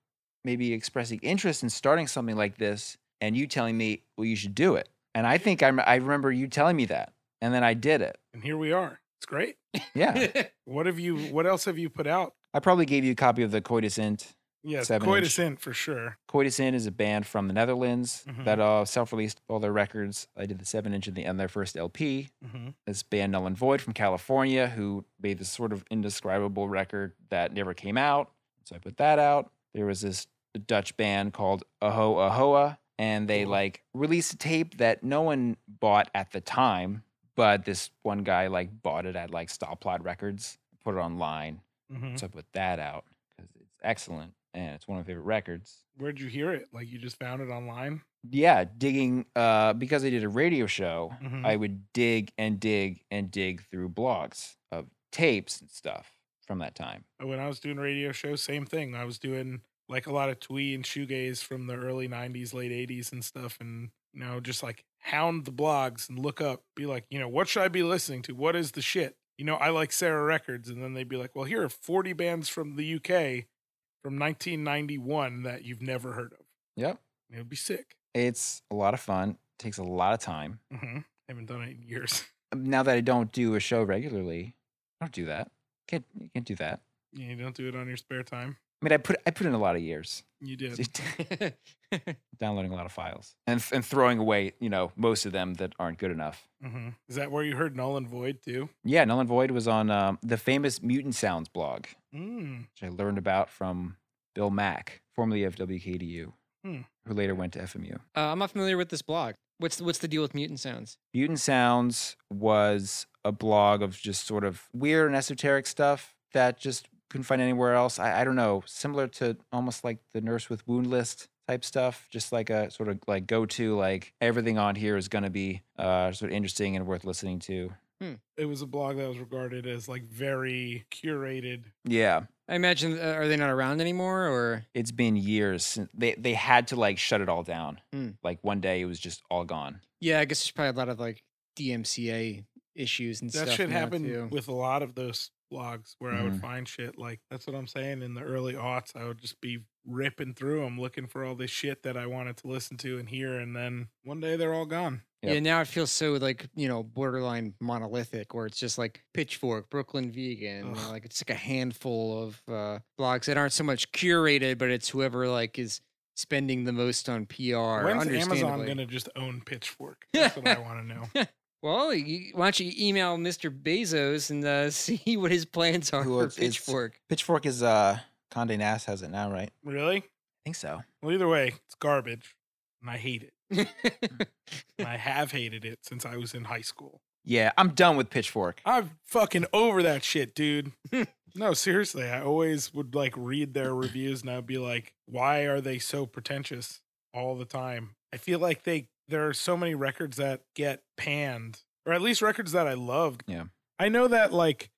A: maybe expressing interest in starting something like this, and you telling me, "Well, you should do it." And I think I, rem- I remember you telling me that, and then I did it.
B: And here we are. It's great.
A: Yeah,
B: What have you what else have you put out?
A: I probably gave you a copy of the Coitus Int.
B: Yes,
A: Seven
B: Coitus
A: inch.
B: Int for sure.
A: Coitus Inn is a band from the Netherlands
B: Mhm.
A: that uh, self-released all their records. I did the seven inch and the on their first LP.
B: Mm-hmm.
A: This band Null and Void from California, who made this sort of indescribable record that never came out. So I put that out. There was this Dutch band called Aho Ahoa, and they
B: Cool.
A: like released a tape that no one bought at the time, but this one guy like bought it at like Stop Plot Records, put it online.
B: Mm-hmm.
A: So I put that out because it's excellent and it's one of my favorite records
B: Where'd you hear it? Like you just found it online?
A: yeah, digging uh, because I did a radio show,
B: Mhm.
A: I would dig and dig and dig through blogs of tapes and stuff from that time.
B: when I was doing radio shows, same thing. I was doing like a lot of twee and shoegaze from the early '90s, late '80s, and stuff, and you know, just like hound the blogs and look up, be like, you know, what should I be listening to? What is the shit? You know, I like Sarah Records, and then they'd be like, well, here are 40 bands from the UK from 1991 that you've never heard of.
A: Yep.
B: And it would be sick.
A: It's a lot of fun, takes a lot of time. Um,
B: Mm-hmm. Haven't done it in years.
A: Now that I don't do a show regularly, I don't do that. Can't you can't do that.
B: Yeah, you don't do it on your spare time.
A: I mean, I put I put in a lot of years
B: You did.
A: downloading a lot of files and and throwing away, you know, most of them that aren't good enough.
B: hmm Is that where you heard Null and Void too?
A: Yeah, Null and Void was on um, the famous Mutant Sounds blog.
B: Mm.
A: which I learned about from Bill Mack, formerly of WKDU,
B: Hmm.
A: who later went to FMU.
C: Uh, I'm not familiar with this blog. What's what's the deal with mutant sounds?
A: Mutant Sounds was a blog of just sort of weird and esoteric stuff that just couldn't find anywhere else. I, I don't know, similar to almost like the Nurse with Wound list type stuff, just like a sort of like go to, like everything on here is going to be uh, sort of interesting and worth listening to.
B: it was a blog that was regarded as like very curated.
A: Yeah.
C: I imagine uh, are they not around anymore, or
A: It's been years since they, they had to like shut it all down.
C: Hmm.
A: Like one day it was just all gone.
C: yeah, I guess there's probably a lot of like DMCA issues and
B: That
C: stuff.
B: should
C: now,
B: happen
C: too. Mm-hmm.
B: with a lot of those blogs where I would
A: Mhm.
B: find shit like that's what I'm saying. In the early aughts, I would just be ripping through them looking for all this shit that I wanted to listen to and hear, and then one day they're all gone.
A: Yep.
C: Yeah, now it feels so like you know borderline monolithic, where it's just like Pitchfork, Brooklyn Vegan,
B: Ugh.
C: like it's like a handful of uh, blogs that aren't so much curated, but it's whoever like is spending the most on PR.
B: When's Amazon
C: understandably.
B: gonna just own Pitchfork? That's what I want to know.
C: Well, you, why don't you email Mr. Bezos and uh, see what his plans are
A: Well,
C: for
A: it's- it's-
C: Pitchfork?
A: Pitchfork is uh Condé Nast has it now, right? I
B: Really?
A: think so.
B: Well, either way, it's garbage, and I hate it.
C: That's
B: And I have hated it since I was in high school.
A: Yeah, I'm done with Pitchfork.
B: I'm fucking over that shit, dude. no, seriously, I always would like read their reviews and I'd be like, why are they so pretentious all the time? I feel like they there are so many records that get panned or at least records that I loved.
A: Yeah.
B: I know that like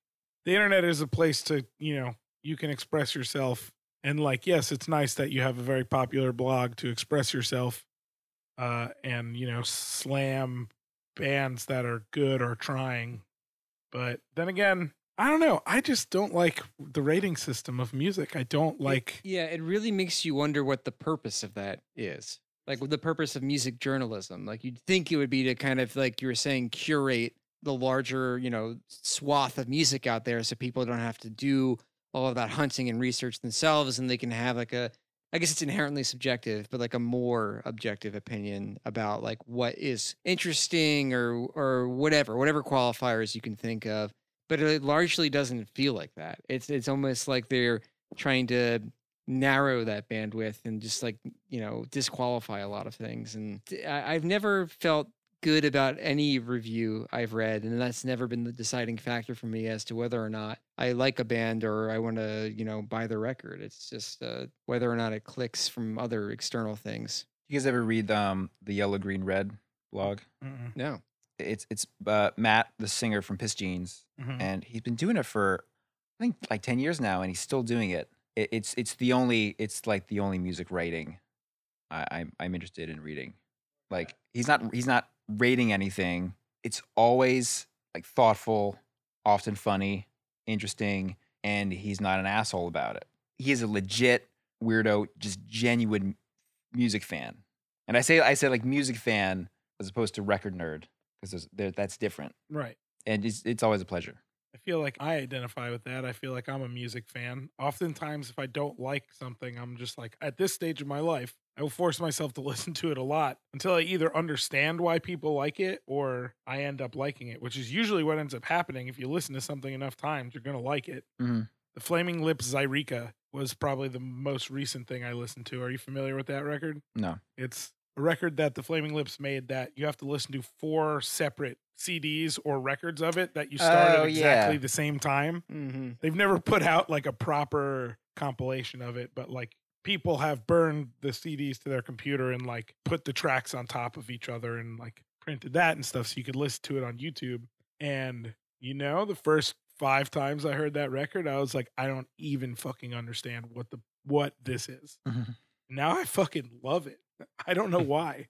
B: the internet is a place to, you know, you can express yourself. And like, yes, it's nice that you have a very popular blog to express yourself uh, and, you know, slam bands that are good or trying. But then again, I don't know. I just don't like the rating system of music. I don't like.
C: Yeah, it really makes you wonder what the purpose of that is. Like what the purpose of music journalism. Like you'd think it would be to kind of like you were saying curate the larger, you know, swath of music out there so people don't have to do all of that hunting and research themselves and they can have like a I guess it's inherently subjective, but like a more objective opinion about like what is interesting or or whatever, whatever qualifiers you can think of. But it largely doesn't feel like that. It's it's almost like they're trying to narrow that bandwidth and just like you know disqualify a lot of things and t- I, have never felt good about any review i've read and that's never been the deciding factor for me as to whether or not i like a band or i want to you know buy the record it's just uh, whether or not it clicks from other external things
A: You guys ever read um, the Yellow Green Red blog?
B: Mm-mm,
C: no
A: It's it's uh, Matt, the singer from Piss Jeans,
B: mhm.
A: and he's been doing it for I think like ten years now, and he's still doing it. it it's it's the only it's like the only music writing I, I'm I'm interested in reading. Like he's not he's not rating anything. It's always like thoughtful, often funny, interesting, and he's not an asshole about it. He is a legit weirdo, just genuine music fan. And I say I say like music fan as opposed to record nerd because that's different.
B: Right.
A: And it's it's always a pleasure.
B: I feel like I identify with that. I feel like I'm a music fan. Oftentimes, if I don't like something, I'm just like, at this stage of my life, I will force myself to listen to it a lot until I either understand why people like it or I end up liking it, which is usually what ends up happening. If you listen to something enough times, you're going to like it.
A: Mhm.
B: The Flaming Lips Zyrica was probably the most recent thing I listened to. Are you familiar with that record?
A: No.
B: It's a record that the Flaming Lips made that you have to listen to four separate CDs or records of it that you start
A: Oh,
B: at
A: yeah.
B: exactly the same time.
C: mm-hmm.
B: They've never put out like a proper compilation of it, but like people have burned the CDs to their computer and like put the tracks on top of each other and like printed that and stuff so you could listen to it on YouTube. And you know, the first five times I heard that record, I was like, I don't even fucking understand what the what this is. Now I fucking love it. I don't know why.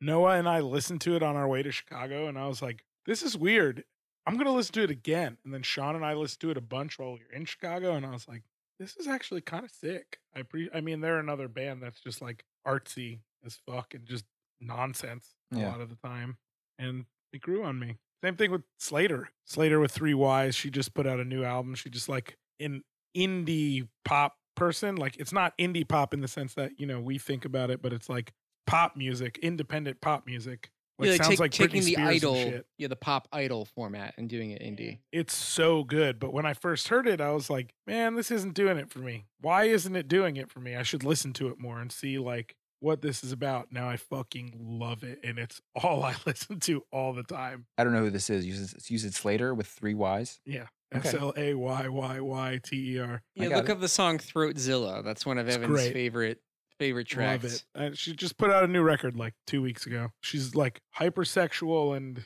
B: Noah and I listened to it on our way to Chicago, and I was like, this is weird. I'm going to listen to it again. And then Sean and I listened to it a bunch while we were in Chicago, and I was like, this is actually kind of sick. I pre- I mean, they're another band that's just like artsy as fuck and just nonsense a
A: Yeah.
B: lot of the time. And it grew on me. Same thing with Slater. Slater with three Ys. She just put out a new album. She just like in indie pop person. Like it's not indie pop in the sense that you know we think about it, but it's like pop music, independent pop music. Like
C: yeah, like
B: sounds
C: take,
B: like
C: taking
B: Britney
C: the
B: Spears and
C: idol
B: shit.
C: yeah the pop idol format and doing it indie
B: It's so good, but when I first heard it, I was like, "Man, this isn't doing it for me. Why isn't it doing it for me? I should listen to it more and see like what this is about." Now I fucking love it, and it's all I listen to all the time.
A: I don't know who this is. You said, you said Slater with three Y's. Okay.
B: S L A Y Y Y T E R.
A: I
C: yeah
A: got
C: look
A: it.
C: up the song throatzilla that's one of
B: It's
C: evan's
B: great.
C: favorite favorite tracks
B: Love it. And she just put out a new record like two weeks ago. She's like hypersexual and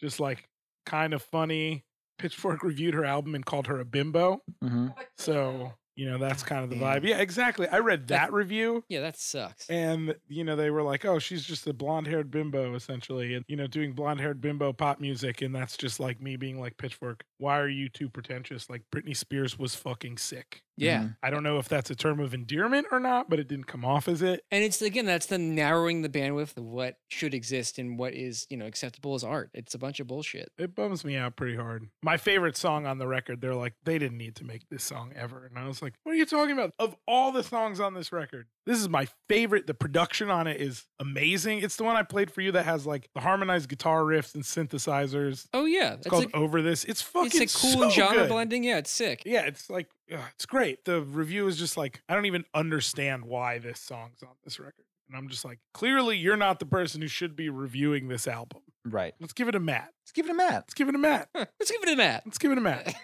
B: just like kind of funny. Pitchfork reviewed her album and called her a bimbo.
A: Mm-hmm.
B: So, you know, that's kind of the
C: Damn.
B: vibe. Yeah, exactly. I read
C: That's-
B: that review
C: yeah that sucks
B: and, you know, they were like, oh, she's just a blonde haired bimbo, essentially. And, you know, doing blonde haired bimbo pop music. And that's just like me being like, Pitchfork, why are you too pretentious? Like, Britney Spears was fucking sick.
C: yeah
B: I don't know if that's a term of endearment or not, but it didn't come off as it.
C: And it's again, that's the narrowing the bandwidth of what should exist and what is, you know, acceptable as art. It's a bunch of bullshit.
B: it bums me out pretty hard. My favorite song on the record, they're like, they didn't need to make this song ever. And I was like, what are you talking about? Of all the songs on this record, this is my favorite. The production on it is amazing. It's the one I played for you that has like the harmonized guitar riffs and synthesizers.
C: Oh yeah,
B: It's called
C: like,
B: Over This. It's
C: it's
B: fucking
C: like cool and
B: so
C: genre
B: good.
C: blending. Yeah, it's sick.
B: Yeah, it's like, ugh, it's great. The review is just like, I don't even understand why this song's on this record. And I'm just like, clearly you're not the person who should be reviewing this album.
A: Right.
B: Let's give it a Matt.
A: Let's give it a Matt.
B: Let's give it a Matt.
C: Huh, Let's give it a Matt.
B: Let's give it a Matt.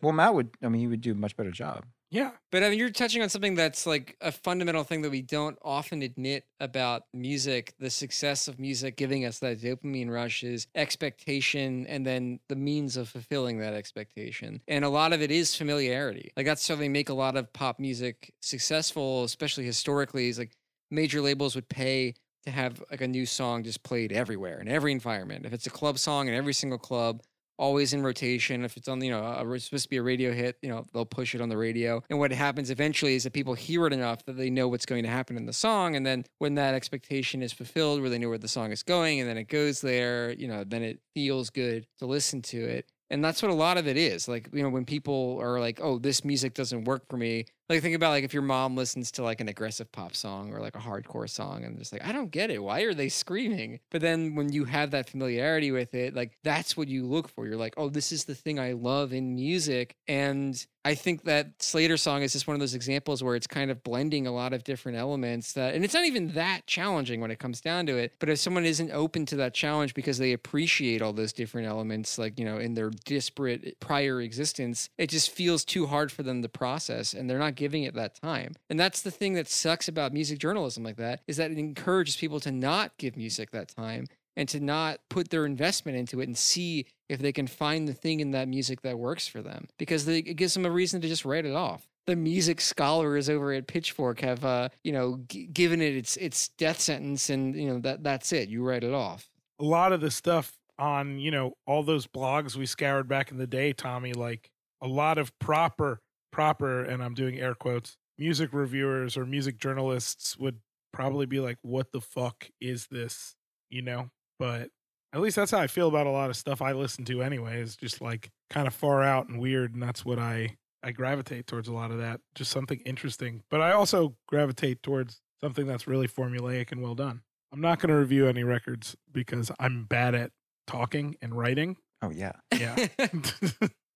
A: Well, Matt would. I mean, he would do a much better job.
B: Yeah.
C: But I mean, you're touching on something that's like a fundamental thing that we don't often admit about music. The success of music giving us that dopamine rush is expectation and then the means of fulfilling that expectation. And a lot of it is familiarity. Like, that's certainly make a lot of pop music successful, especially historically, is like major labels would pay to have like a new song just played everywhere in every environment. If it's a club song in every single club, always in rotation. If it's on, you know, a, it's supposed to be a radio hit, you know, they'll push it on the radio. And what happens eventually is that people hear it enough that they know what's going to happen in the song. And then when that expectation is fulfilled, where they know where the song is going, and then it goes there, you know, then it feels good to listen to it. And that's what a lot of it is. Like, you know, when people are like, oh, this music doesn't work for me. Like, think about like if your mom listens to like an aggressive pop song or like a hardcore song and just like, I don't get it. Why are they screaming? But then when you have that familiarity with it, like that's what you look for. You're like, oh, this is the thing I love in music. And I think that Slater song is just one of those examples where it's kind of blending a lot of different elements that, and it's not even that challenging when it comes down to it. But if someone isn't open to that challenge because they appreciate all those different elements, like, you know, in their disparate eh, prior existence, it just feels too hard for them to process and they're not giving it that time. And that's the thing that sucks about music journalism like that is that it encourages people to not give music that time and to not put their investment into it and see if they can find the thing in that music that works for them because they, it gives them a reason to just write it off. The music scholars over at Pitchfork have, uh, you know, g- given it its its death sentence, and you know that that's it. You write it off.
B: A lot of the stuff on, you know, all those blogs we scoured back in the day, Tommy, like a lot of proper, proper, and I'm doing air quotes, music reviewers or music journalists would probably be like, what the fuck is this? You know, but at least that's how I feel about a lot of stuff I listen to anyway, is just like kind of far out and weird. And that's what I, I gravitate towards a lot of that, just something interesting. But I also gravitate towards something that's really formulaic and well done. I'm not going to review any records because I'm bad at talking and writing.
A: Oh yeah.
B: Yeah.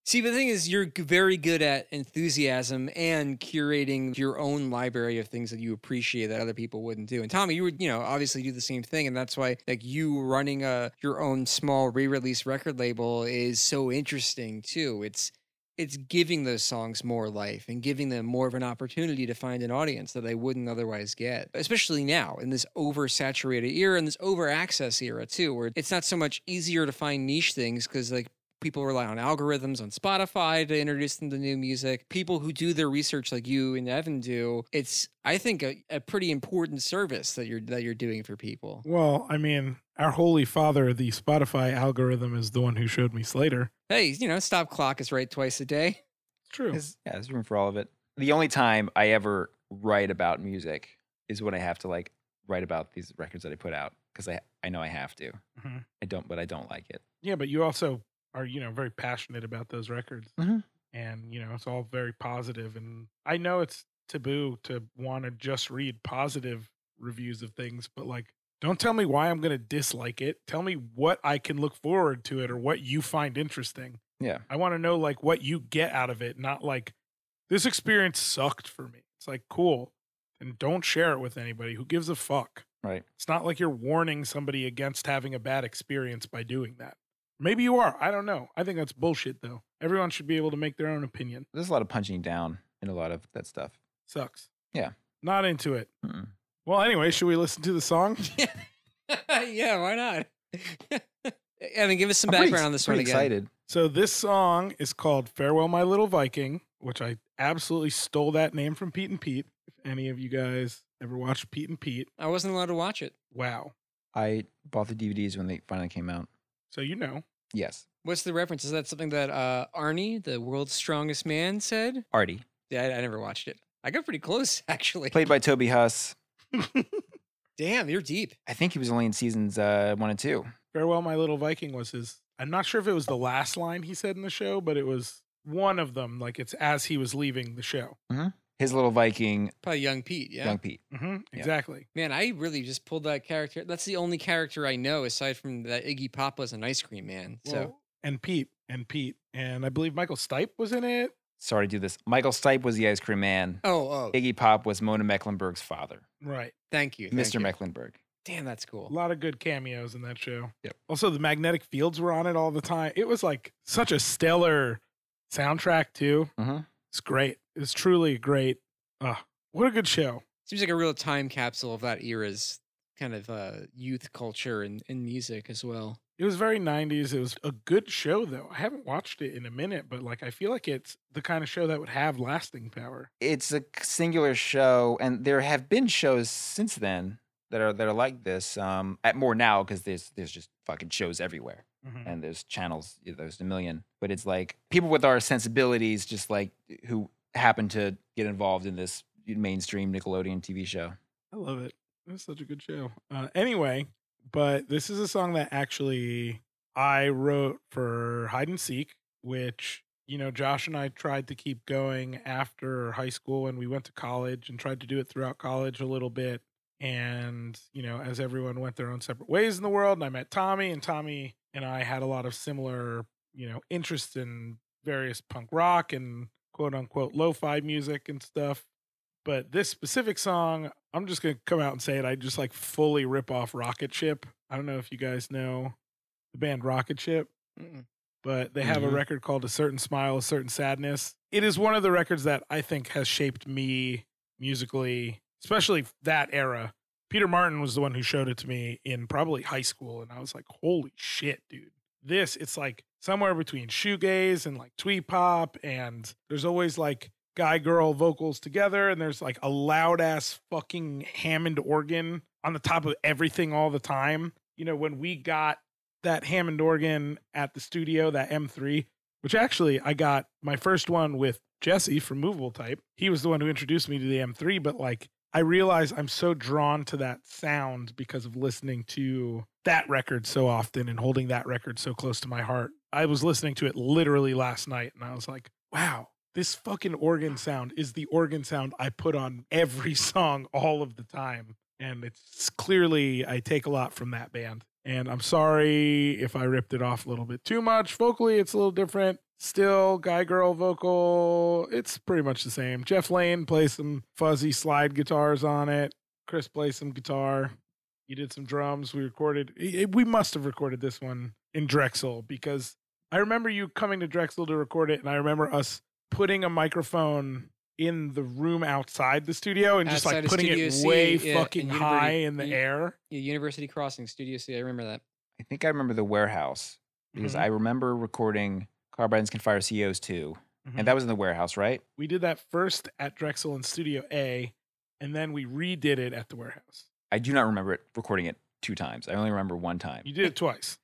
C: See, but the thing is, you're g- very good at enthusiasm and curating your own library of things that you appreciate that other people wouldn't do. And Tommy, you would, you know, obviously do the same thing, and that's why like you running a your own small re-release record label is so interesting too. It's it's giving those songs more life and giving them more of an opportunity to find an audience that they wouldn't otherwise get, especially now in this oversaturated era and this over access era too, where it's not so much easier to find niche things because like people rely on algorithms on Spotify to introduce them to new music. People who do their research like you and Evan do, it's I think a, a pretty important service that you're that you're doing for people.
B: well, I mean, our holy father, the Spotify algorithm, is the one who showed me Slater.
C: Hey, you know, stop clock is right twice a day.
B: True.
A: There's, yeah, there's room for all of it. The only time I ever write about music is when I have to like write about these records that I put out because I I know I have to.
C: Mm-hmm.
B: Mhm.
A: I don't, but I don't like it.
B: Yeah, but you also are, you know, very passionate about those records.
A: Mhm.
B: And, you know, it's all very positive. And I know it's taboo to want to just read positive reviews of things, but like, don't tell me why I'm going to dislike it. Tell me what I can look forward to it or what you find interesting.
A: Yeah.
B: I want to know like what you get out of it, not like this experience sucked for me. It's like, cool. And don't share it with anybody. Who gives a fuck?
A: Right.
B: It's not like you're warning somebody against having a bad experience by doing that. Maybe you are. I don't know. I think that's bullshit, though. Everyone should be able to make their own opinion.
A: There's a lot of punching down and a lot of that stuff.
B: Sucks.
A: Yeah.
B: Not into it.
A: Mm-mm.
B: Well, anyway, should we listen to the song?
C: yeah, why not? I mean, give us some
A: I'm
C: background
A: pretty ex-
C: on this one
A: pretty
C: again.
A: Excited.
B: So, this song is called Farewell, My Little Viking, which I absolutely stole that name from Pete and Pete. If any of you guys ever watched Pete and Pete,
C: I wasn't allowed to watch it.
B: wow.
A: I bought the DVDs when they finally came out.
B: So, you know,
A: Yes.
C: What's the reference? Is that something that uh, Arnie, the world's strongest man, said?
A: Artie,
C: Yeah, I, I never watched it. I got pretty close, actually.
A: played by Toby Huss.
C: Damn, you're deep.
A: I think he was only in seasons uh, one and two.
B: Farewell, My Little Viking was his. I'm not sure if it was the last line he said in the show, but it was one of them. Like it's as he was leaving the show.
A: His little Viking,
C: Probably young Pete. Yeah.
A: young Pete.
B: Mm-hmm, exactly.
C: Man, I really just pulled that character. That's the only character I know aside from that Iggy Pop was an ice cream man. So
B: Well, and Pete and Pete and I believe Michael Stipe was in it.
A: Sorry to do this. Michael Stipe was the ice cream man.
C: oh oh,
A: Iggy Pop was Mona Mecklenburg's father,
B: Right.
C: thank you, thank
A: Mr.
C: you.
A: Mecklenburg.
C: Damn, that's
B: A
C: cool.
B: lot of good cameos in that show.
A: Yep.
B: Also, the magnetic fields were on it all the time. It was like such a stellar soundtrack too.
A: Mm-hmm.
B: It's great. is truly great. Ah, what a good show.
C: Seems like a real time capsule of that era's kind of uh, youth culture and, and music as well.
B: It was very 90s. It was a good show, though. I haven't watched it in a minute, but like I feel like it's the kind of show that would have lasting power.
A: It's a singular show, and there have been shows since then that are that are like this. Um, at more now because there's there's just fucking shows everywhere.
C: Mm.
A: and there's channels you know, there's a million but it's like people with our sensibilities just like who happen to get involved in this mainstream nickelodeon tv show
B: I love it. It was such a good show. Uh, anyway, but this is a song that actually I wrote for Hide and Seek, which, you know, Josh and I tried to keep going after high school and we went to college and tried to do it throughout college a little bit. And, you know, as everyone went their own separate ways in the world, and I met Tommy, and Tommy and I had a lot of similar, you know, interests in various punk rock and quote unquote lo fi music and stuff but this specific song, I'm just gonna come out and say it. I just like fully rip off Rocket Ship. I don't know if you guys know the band Rocket Ship,
C: Mm-mm.
B: but they have
D: Mhm.
B: a record called "A Certain Smile, A Certain Sadness." It is one of the records that I think has shaped me musically, especially that era. Peter Martin was the one who showed it to me in probably high school, and I was like, "Holy shit, dude!" This it's like somewhere between shoegaze and like twee pop, and there's always like guy girl vocals together and there's like a loud ass fucking Hammond organ on the top of everything all the time. You know, when we got that Hammond organ at the studio, that M3, which actually I got my first one with Jesse from Movable Type. He was the one who introduced me to the M3, but like I realize I'm so drawn to that sound because of listening to that record so often and holding that record so close to my heart. I was listening to it literally last night and I was like, wow, this fucking organ sound is the organ sound I put on every song all of the time. And it's clearly, I take a lot from that band. And I'm sorry if I ripped it off a little bit too much. Vocally, it's a little different. Still, guy girl vocal, it's pretty much the same. Jeff Lane plays some fuzzy slide guitars on it. Chris plays some guitar. You did some drums. We recorded, i- i- we must have recorded this one in Drexel because I remember you coming to Drexel to record it. And I remember us putting a microphone in the room outside the studio and just
C: Outside
B: like
C: of
B: putting
C: Studio
B: it
C: C,
B: way
C: yeah,
B: fucking
C: in
B: high
C: Unibird-
B: in the
C: Un-
B: air.
C: Yeah, University Crossing Studio C. I remember that.
A: i think i remember the warehouse because i remember recording carbines can fire ceos too
B: Mhm.
C: Mm-hmm.
A: and that was in the warehouse right
B: we did that first at Drexel in Studio A, and then we redid it at the warehouse.
A: i do not remember it recording it two times i only remember one time
B: You did it twice.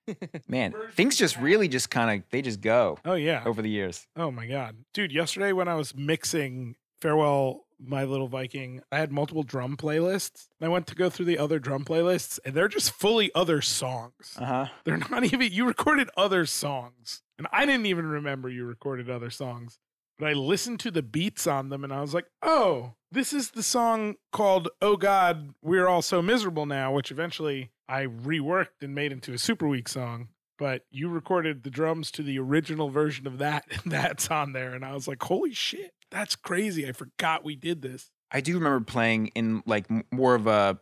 A: man things just really just kind of they just go
B: Oh yeah.
A: over the years
B: Oh my god, dude! Yesterday when I was mixing "Farewell, My Little Viking," I had multiple drum playlists, and I went to go through the other drum playlists, and they're just fully other songs.
A: uh-huh
B: They're not even. You recorded other songs, and I didn't even remember you recorded other songs. But I listened to the beats on them, and I was like, "Oh, this is the song called Oh God, We're All So Miserable Now," which eventually I reworked and made into a super weak song. But you recorded the drums to the original version of that, and that's on there. And I was like, "Holy shit, that's crazy! I forgot we did this."
A: i do remember playing in like m- more of a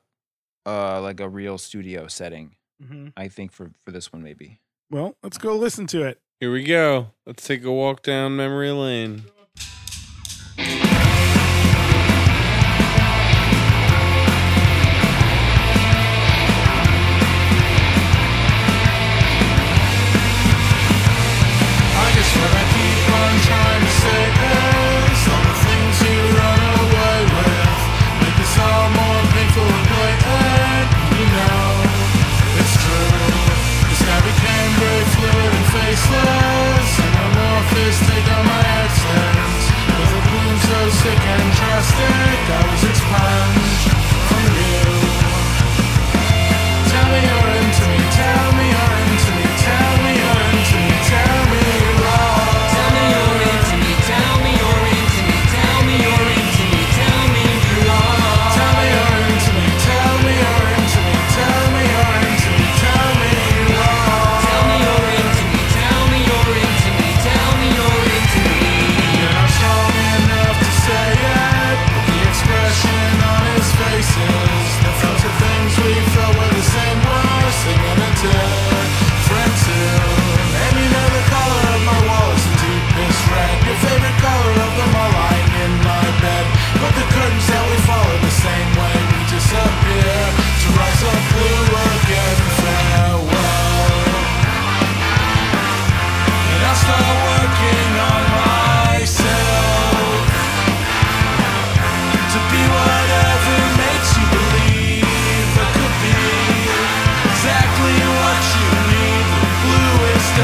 A: uh like a real studio setting
B: Mm-hmm.
A: i think for for this one maybe
B: Well, let's go listen to it.
D: Here we go. Let's take a walk down memory lane.
E: I just wanna keep on trying to say yes. All the things you run away with make this all more painful and blatant. You know it's true. This guy became very fluid and faceless, and I'm off this take on my exes.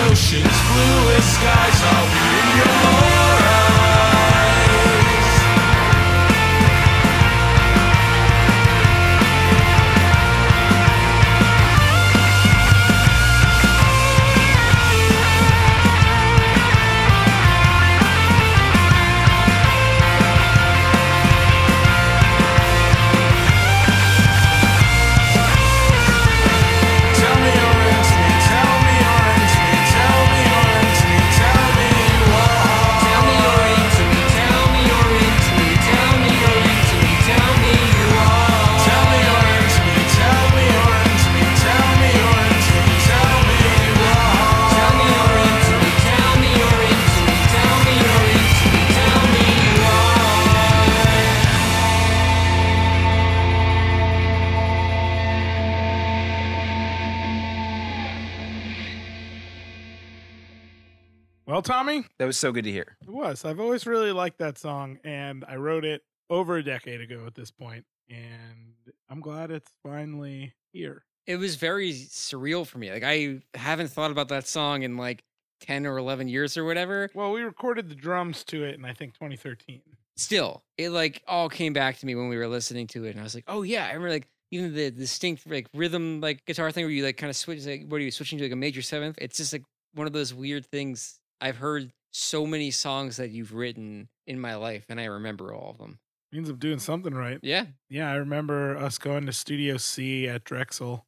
E: oceans blue as skies are we in your eyes. Tell me your ends, me. Tell me your ends, me. Tell me your ends, me. Tell me you are.
F: Tell me your into me, tell me your into me, tell me your into me, tell me you are.
E: Tell me your ends, me. Tell me your ends, me. Tell me your ends, me. Tell me you are.
F: Tell me your into me, tell me your into me, tell me your into me, tell me you are.
B: Well, Tommy,
A: That was so good to hear.
B: it was. I've always really liked that song, and I wrote it over a decade ago at this point, and I'm glad it's finally here.
C: It was very surreal for me. Like I haven't thought about that song in like 10 or 11 years or whatever.
B: Well, we recorded the drums to it in I think 2013.
C: Still, it like all came back to me when we were listening to it and I was like, "Oh yeah, I remember like even the distinct like rhythm like guitar thing where you like kind of switch like what are you switching to like a major seventh? It's just like one of those weird things I've heard so many songs that you've written in my life and I remember all of them.
B: Means I'm doing something right.
C: Yeah.
B: Yeah, I remember us going to Studio C at Drexel.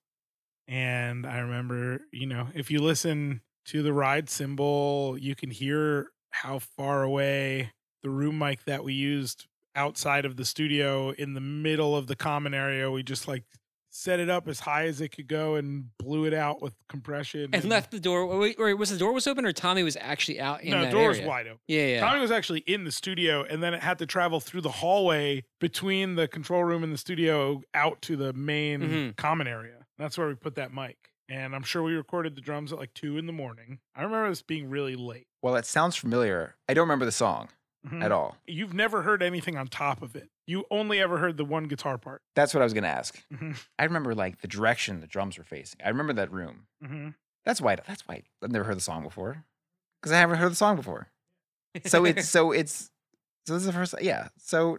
B: And I remember, you know, if you listen to the ride symbol, you can hear how far away the room mic that we used outside of the studio in the middle of the common area. We just like set it up as high as it could go and blew it out with compression.
C: And left the door or wait, or was the door was open or Tommy was actually out in
B: No,
C: that
B: doors
C: area?
B: wide open.
C: Yeah, yeah.
B: Tommy was actually in the studio, and then it had to travel through the hallway between the control room and the studio out to the main
C: Mhm.
B: common area. That's where we put that mic. And I'm sure we recorded the drums at like two in the morning. I remember this being really late. Mm-hmm.
A: Well, it sounds familiar. I don't remember the song at all.
B: You've never heard anything on top of it. You only ever heard the one guitar part.
A: That's what I was going to ask.
B: Mhm.
A: I remember like the direction the drums were facing. I remember that room.
B: Mm-hmm.
A: That's why. That's why I've never heard the song before because I haven't heard the song before. So it's so it's so this is the first. Yeah. So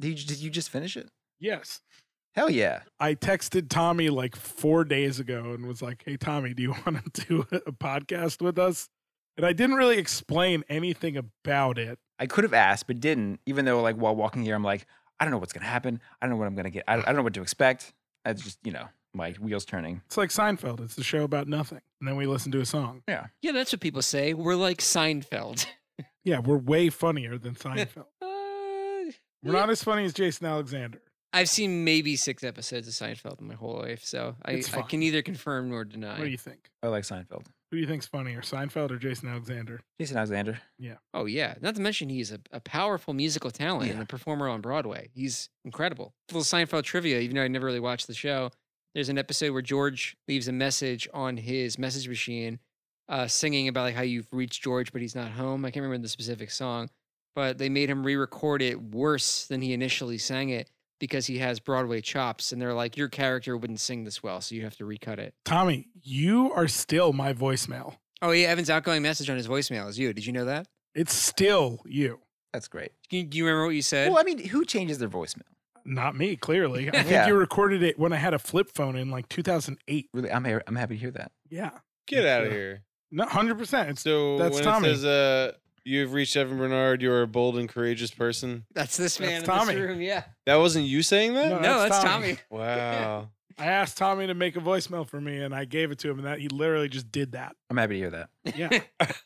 A: did you, did you just finish it?
B: Yes.
A: Hell yeah.
B: I texted Tommy like four days ago and was like, "Hey Tommy, do you want to do a podcast with us?" And I didn't really explain anything about it.
A: I could have asked, but didn't. Even though like while walking here, I'm like, I don't know what's gonna happen. I don't know what I'm gonna get. I don't, I don't know what to expect. It's just you know my wheels turning.
B: It's like Seinfeld. It's a show about nothing. And then we listen to a song.
C: Yeah, that's what people say. We're like Seinfeld.
B: Yeah, we're way funnier than Seinfeld.
C: Uh,
B: we're not as funny as Jason Alexander.
C: I've seen maybe six episodes of Seinfeld in my whole life, so I,
B: It's
C: I
B: fine.
C: can neither confirm nor deny.
B: What do you think?
A: I like Seinfeld.
B: Who do you think's funnier, Seinfeld or Jason Alexander?
A: Jason Alexander.
C: oh yeah, not to mention he's a, a powerful musical talent and
A: Yeah.
C: a performer on Broadway. He's incredible. Little Seinfeld trivia, even though I never really watched the show. There's an episode where George leaves a message on his message machine, uh, singing about like how you've reached George but he's not home. I can't remember the specific song, but they made him re-record it worse than he initially sang it because he has Broadway chops, and they're like, your character wouldn't sing this well, so you have to recut it.
B: Tommy, you are still my voicemail.
C: Oh yeah, Evan's outgoing message on his voicemail is you. Did you know that? It's
B: It's still you.
A: That's great.
C: do you, do you remember what you said?
A: Well, I mean, who changes their voicemail?
B: Not me, clearly. I think
A: Yeah.
B: you recorded it when I had a flip phone in like 2008.
A: Really, I'm ha- I'm happy to hear that.
B: Yeah.
D: Get out of
B: Yeah.
D: here.
B: No, 100%. It's
D: So
B: That's
D: when
B: Tommy.
D: it says uh, you've reached Evan Bernard, you're a bold and courageous person.
C: That's this
B: That's
C: man
B: Tommy.
C: in this room. Yeah.
D: That wasn't you saying that?
B: No,
C: no,
B: that's
C: that's,
B: Tommy.
C: Tommy.
D: Wow.
B: I asked Tommy to make a voicemail for me and I gave it to him and that he literally just did that.
A: I'm happy to hear that.
B: Yeah.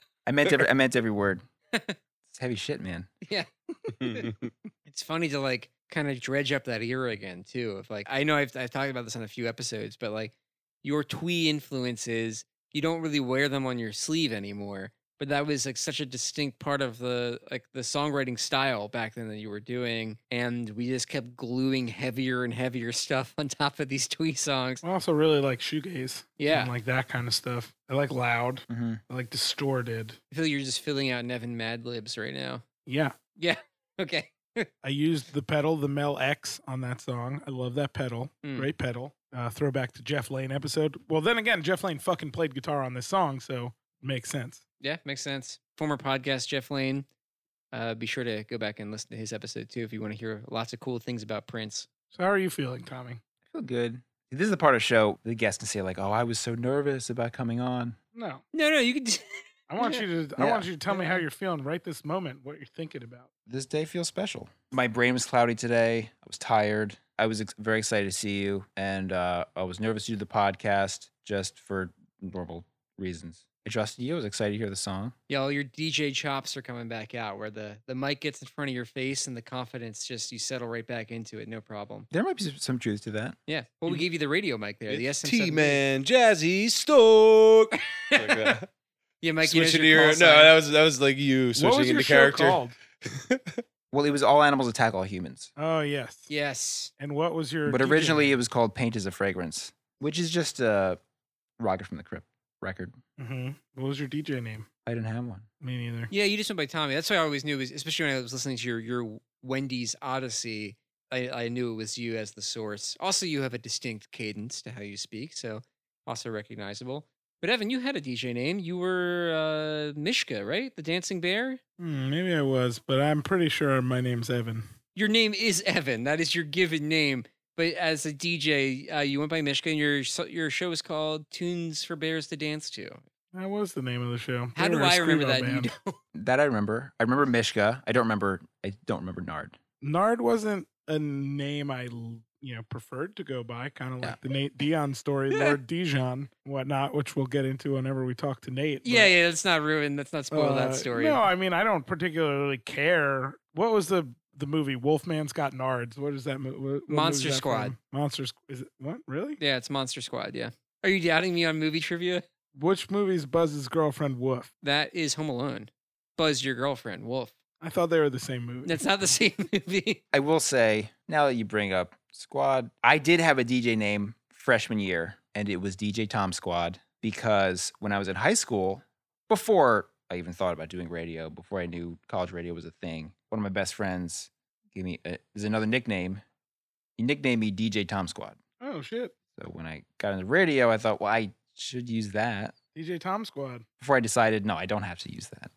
A: I meant every I meant every word. It's heavy shit, man.
C: It's funny to like kind of dredge up that era again too. If like I know I've I've talked about this on a few episodes, but like your twee influences, you don't really wear them on your sleeve anymore. But that was like such a distinct part of the like the songwriting style back then that you were doing, and we just kept gluing heavier and heavier stuff on top of these twee songs.
B: I also really like shoegaze.
C: Yeah,
B: And like that kind of stuff. I like loud.
A: hmm
B: I like distorted.
C: I feel you're just filling out Nevin Mad Libs right now.
B: Yeah.
C: Yeah. Okay.
B: I used the pedal, the Mel X on that song. I love that pedal.
C: Mm.
B: Great pedal. Uh, throwback to Jeff Lane episode. Well, then again, Jeff Lane fucking played guitar on this song, so makes sense.
C: Yeah, makes sense. Former podcast Jeff Lane. Uh, be sure to go back and listen to his episode too if you want to hear lots of cool things about Prince.
B: So how are you feeling, Tommy?
A: I feel good. This is the part of the show the guests can say like, "Oh, I was so nervous about coming on."
B: No,
C: No, no, you could.
B: I want you to. I
A: Yeah.
B: want you to tell me how you're feeling right this moment. What you're thinking about.
A: This day feels special. My brain was cloudy today. I was tired. I was ex- very excited to see you, and uh, I was nervous to do the podcast just for normal reasons. I trusted you. I was excited to hear the song.
C: Yeah, all your DJ chops are coming back out where the, the mic gets in front of your face and the confidence just you settle right back into it, no problem.
A: There might be s- some truth to that.
C: Yeah. Well, we gave you the radio mic there, the SM.
D: T Man Jazzy Stoke. like that.
C: Yeah, Mike, you know
D: Switch into
C: your
D: your,
C: call
D: no,
C: sign.
D: that was that was like you switching into character.
A: Well, it was all animals attack all humans,
B: Oh yes.
C: Yes.
B: And what was your?
A: but
B: DJ
A: originally it
B: name?
A: was called "Paint Is a Fragrance," which is just a Rocket from the Crypt record.
B: Mhm. What was your DJ name?
A: I didn't have one.
B: Me neither.
C: Yeah, you just went by Tommy. That's why I always knew it was, especially when I was listening to your your Wendy's Odyssey. I, I knew it was you as the source. Also, you have a distinct cadence to how you speak, so also recognizable. But Evan, you had a DJ name. You were uh, Mishka, right? The dancing bear.
B: Hmm, maybe I was, but I'm pretty sure my name's Evan.
C: Your name is Evan. That is your given name. But as a DJ, uh, you went by Mishka, and your so- your show was called Tunes for Bears to Dance to.
B: That was the name of the show. They
C: How do
B: were a
C: I remember
B: screamo
C: that? and
B: band.
C: You don't.
A: That I remember. I remember Mishka. I don't remember. I don't remember Nard.
B: Nard wasn't a name I l- you know preferred to go by, kind of
A: Yeah.
B: like the Nate Dion story,
C: Yeah.
B: Lord Dijon, and whatnot, which we'll get into whenever we talk to Nate.
C: Yeah,
B: but-
C: yeah. Let's not ruin. Let's not spoil
B: Uh,
C: that story.
B: No, I mean I don't particularly care. What was the the movie Wolfman's Got Nards? What is that movie?
C: Monster Squad.
B: Monster Squad. Is it what really?
C: Yeah, it's Monster Squad. Yeah. Are you doubting me on movie trivia?
B: Which movie's Buzz's girlfriend Wolf?
C: That is Home Alone. Buzz your girlfriend, Wolf.
B: I thought they were the same movie.
C: That's not the same movie.
A: I will say, now that you bring up Squad, I did have a DJ name freshman year, and it was DJ Tom Squad because when I was in high school, before I even thought about doing radio, before I knew college radio was a thing, one of my best friends gave me a, is another nickname. He nicknamed me DJ Tom Squad.
B: oh shit,
A: So when I got into radio, I thought, well, I should use that.
B: DJ Tom Squad.
A: Before I decided, no, I don't have to use that.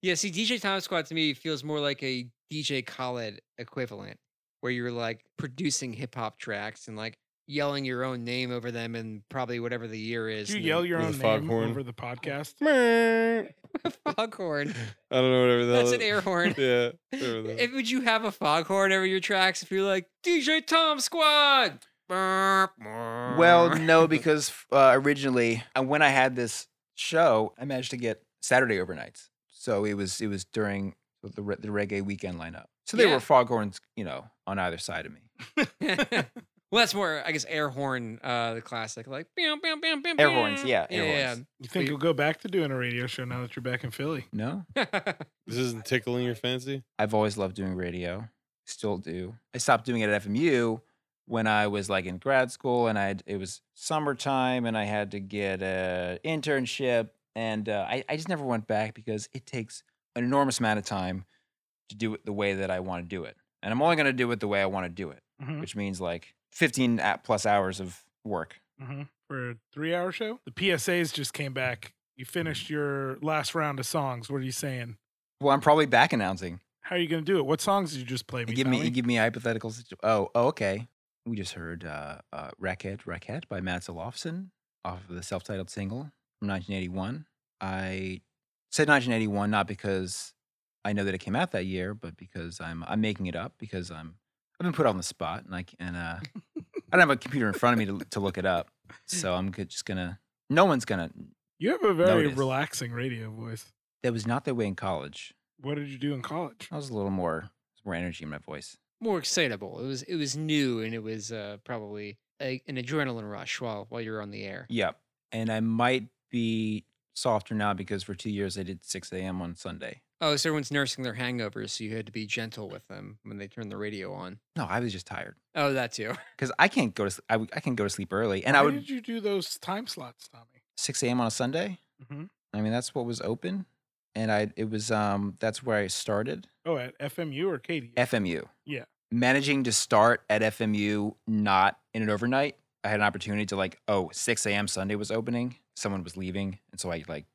C: yeah, see, DJ Time Squad to me feels more like a DJ Khaled equivalent, where you're like producing hip hop tracks and like yelling your own name over them and probably whatever the year is.
B: Did you
C: and
B: yell your
D: With a
B: own name
D: foghorn.
B: over the podcast?
C: then- foghorn.
D: I don't know whatever the
C: That's
D: hell
C: an
D: it-
C: air horn.
D: Yeah. whatever the-
C: if, would you have a foghorn over your tracks if you're like DJ Tom Squad?
A: Well, no, because f- uh, originally uh, when I had this show, I managed to get Saturday overnights. So it was it was during the re- the reggae weekend lineup. So they
C: Yeah.
A: were foghorns, you know, on either side of me.
C: well, that's more, I guess, air horn, uh, the classic, like bam, bam, bam, bam.
A: Air horns, yeah, air horns.
B: You think
C: you-
B: you'll go back to doing a radio show now that you're back in Philly?
A: No,
C: yeah.
D: this isn't tickling your fancy.
A: I've always loved doing radio, still do. I stopped doing it at FMU when I was like in grad school, and I it was summertime, and I had to get an internship, and uh, I I just never went back because it takes an enormous amount of time to do it the way that I want to do it, and I'm only going to do it the way I want to do it,
B: Mhm.
A: which means like 15 a- plus hours of work.
B: hmm for a three hour show. Mm-hmm. The PSAs just came back. You finished your last round of songs. What are you saying?
A: Well, I'm probably back announcing.
B: How are you going to do it? What songs did you just play? Me,
A: give me
B: Tommy?
A: give me a hypothetical situation. Oh, oh, okay. We just heard uh, uh, "Racket Racket" by Matt Olofsson off of the self-titled single from 1981. I said 1981 not because I know that it came out that year, but because I'm I'm making it up because I'm I've been put on the spot and I c- and uh, I don't have a computer in front of me to to look it up, so I'm go- just gonna. No one's gonna.
B: you have a very
A: Notice.
B: relaxing radio voice.
A: That was not that way in college.
B: What did you do in college?
A: I was a little more more energy in my voice.
C: More excitable. It was, it was new and it was uh, probably a, an adrenaline rush while, while you're on the air.
A: Yep. And I might be softer now because for two years I did 6 a.m. on Sunday.
C: Oh, so everyone's nursing their hangovers, so you had to be gentle with them when they turned the radio on.
A: No, I was just tired
C: Oh, that too.
A: because I can't go to sleep. I, w- I can go to sleep early. And
B: Why
A: I would
B: did you do those time slots, Tommy?
A: 6 a.m. on a Sunday.
B: Mhm.
A: I mean, that's what was open. And I, it was, um, that's where I started.
B: Oh, at FMU or KDU?
A: FMU.
B: Yeah.
A: Managing to start at FMU, not in an overnight. I had an opportunity to like, oh, 6 a.m. Sunday was opening. Someone was leaving. And so I like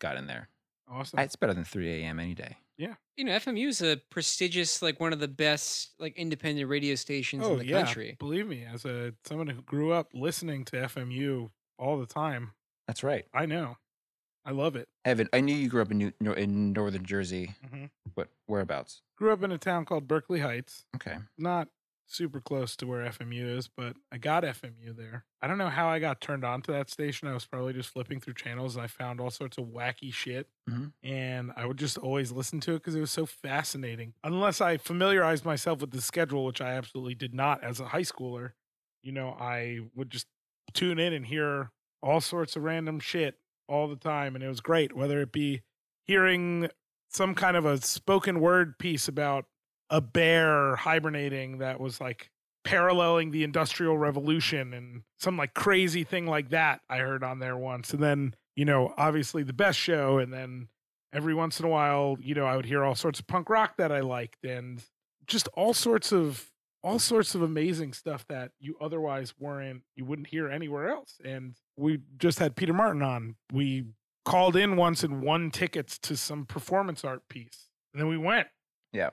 A: got in there.
B: Awesome.
A: It's better than 3 a.m. any day.
C: You know, FMU is a prestigious, like one of the best, like independent radio stations
A: Oh,
C: in the
B: Oh,
C: country.
B: Believe me, as a someone who grew up listening to FMU all the time,
A: That's right.
B: I know. I love it.
A: Evan, I knew you grew up in New, nor- in northern Jersey,
B: Mhm.
A: but whereabouts?
B: Grew up in a town called Berkeley Heights.
A: Okay.
B: Not super close to where FMU is, but I got FMU there. I don't know how I got turned on to that station. I was probably just flipping through channels and I found all sorts of wacky shit.
A: Mhm.
B: And I would just always listen to it because it was so fascinating. Unless I familiarized myself with the schedule, which I absolutely did not as a high schooler, you know, I would just tune in and hear all sorts of random shit all the time. And it was great, whether it be hearing some kind of a spoken word piece about a bear hibernating that was like paralleling the industrial revolution and some like crazy thing like that i heard on there once and then you know obviously the best show and then every once in a while you know i would hear all sorts of punk rock that i liked and just all sorts of all sorts of amazing stuff that you otherwise weren't you wouldn't hear anywhere else and we just had peter martin on we called in once and won tickets to some performance art piece and then we went
A: Yeah.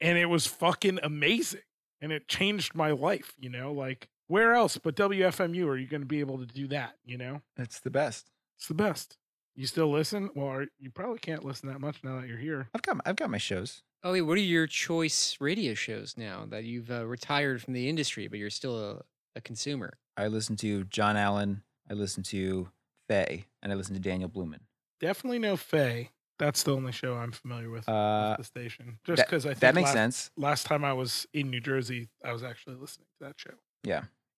B: and it was fucking amazing and it changed my life you know like where else but wfmu are you going to be able to do that you know
A: It's the best.
B: it's the best you still listen well are, you probably can't listen that much now that you're here
A: I've got I've got my shows.
C: Ollie, Oh, what are your choice radio shows now that you've uh, retired from the industry, but you're still a, a consumer?
A: I listen to John Allen, I listen to Faye, and I listen to Daniel Blumen.
B: definitely no faye that's the only show i'm familiar with off
A: Uh,
B: the station just because i think
A: that makes
B: last,
A: sense.
B: last time i was in new jersey i was actually listening to that show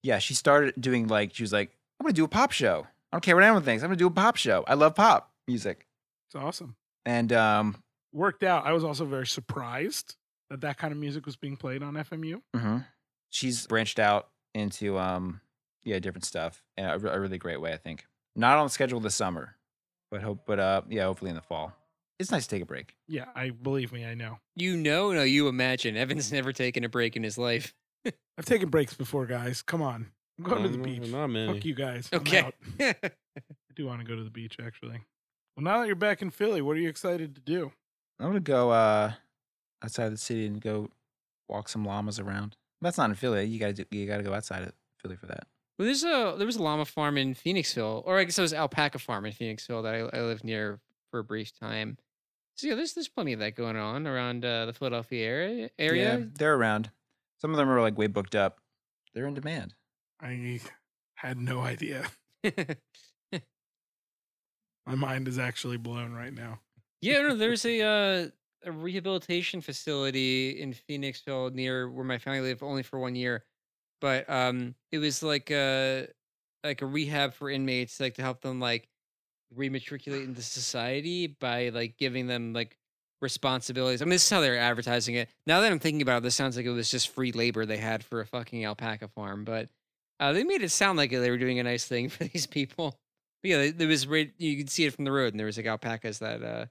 A: Yeah, she started doing like she was like, I'm gonna do a pop show. I don't care what anyone thinks. I'm gonna do a pop show. I love pop music.
B: it's awesome
A: And um,
B: worked out i was also very surprised that that kind of music was being played on fmu
A: mhm. she's branched out into um, yeah, different stuff in a, re- a really great way. I think not on the schedule this summer, but hope, but uh, yeah, hopefully in the fall. It's nice to take a break.
B: yeah i believe me i know
C: You know, no, you imagine. Evan's never taken a break in his life.
B: I've taken breaks before, guys. Come on. I'm going to the beach.
D: Mm, Not many.
B: Fuck you guys. I'm
C: Okay.
B: out. I do want to go to the beach, actually. Well, now that you're back in Philly, what are you excited to do?
A: I'm gonna go uh, outside the city and go walk some llamas around. That's not in Philly. You gotta do, you gotta go outside of Philly for that.
C: Well, there's a there was a llama farm in Phoenixville, or I guess it was alpaca farm in Phoenixville that I, I lived near for a brief time. So yeah, there's there's plenty of that going on around uh, the Philadelphia area.
A: Yeah,
C: Area.
A: they're around. Some of them are like way booked up. They're in demand.
B: I had no idea. My mind is actually blown right now.
C: Yeah, no, there's a uh, a rehabilitation facility in Phoenixville near where my family lived only for one year, but um, it was like a like a rehab for inmates, like to help them like rematriculate into society by like giving them like responsibilities. I mean, this is how they're advertising it. Now that I'm thinking about it, this sounds like it was just free labor they had for a fucking alpaca farm, but uh, they made it sound like they were doing a nice thing for these people. But yeah, there was right, you could see it from the road, and there was like alpacas that uh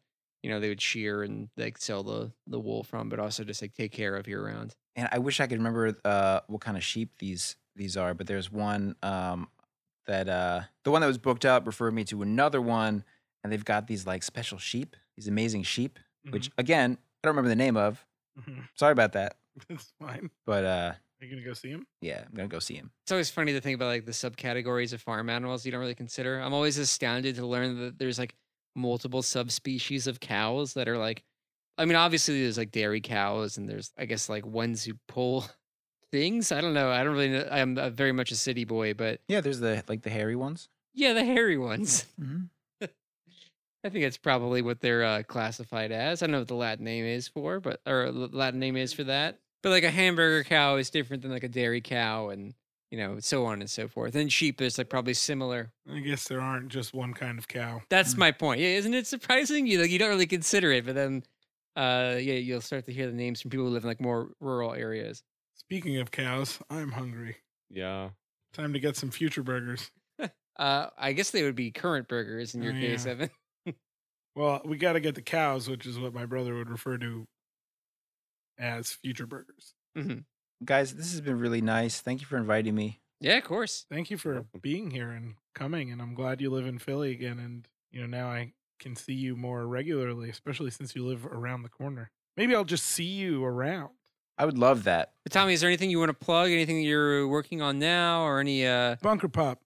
C: you know they would shear and like sell the the wool from but also just like take care of year round
A: and I wish I could remember uh, what kind of sheep these these are, but there's one um, that uh, the one that was booked up referred me to another one, and they've got these like special sheep, these amazing sheep, which again I don't remember the name of.
B: Mhm.
A: Sorry about that,
B: it's fine.
A: but uh,
B: Are you going to go see him?
A: yeah, I'm gonna go see him.
C: it's always funny to think about like the subcategories of farm animals you don't really consider i'm always astounded to learn that there's like multiple subspecies of cows that are like i mean obviously there's like dairy cows and there's i guess like ones who pull things i don't know i don't really know i'm uh, very much a city boy but
A: Yeah, there's the like the hairy ones.
C: yeah the hairy ones
A: Mm-hmm.
C: I think that's probably what they're uh, classified as. I don't know what the Latin name is for, but or the Latin name is for that. But like a hamburger cow is different than like a dairy cow, and you know so on and so forth. And sheep is like probably similar.
B: I guess there aren't just one kind of cow.
C: That's my point. Yeah, isn't it surprising? You like you don't really consider it, but then uh yeah, you'll start to hear the names from people who live in like more rural areas.
B: Speaking of cows, I'm hungry.
D: Yeah.
B: Time to get some future burgers.
C: Uh, I guess they would be current burgers in your
B: Oh,
C: case,
B: yeah.
C: Evan.
B: Well, we got to get the cows, which is what my brother would refer to as future burgers.
C: Mm-hmm.
A: Guys, this has been really nice. Thank you for inviting me.
C: Yeah, of course.
B: Thank you for
D: welcome.
B: being here and coming, and I'm glad you live in Philly again. And you know now I can see you more regularly, especially since you live around the corner. Maybe I'll just see you around.
A: I would love that.
C: But Tommy, is there anything you want to plug? Anything that you're uh, working on now, or any? uh
B: Bunker Pop.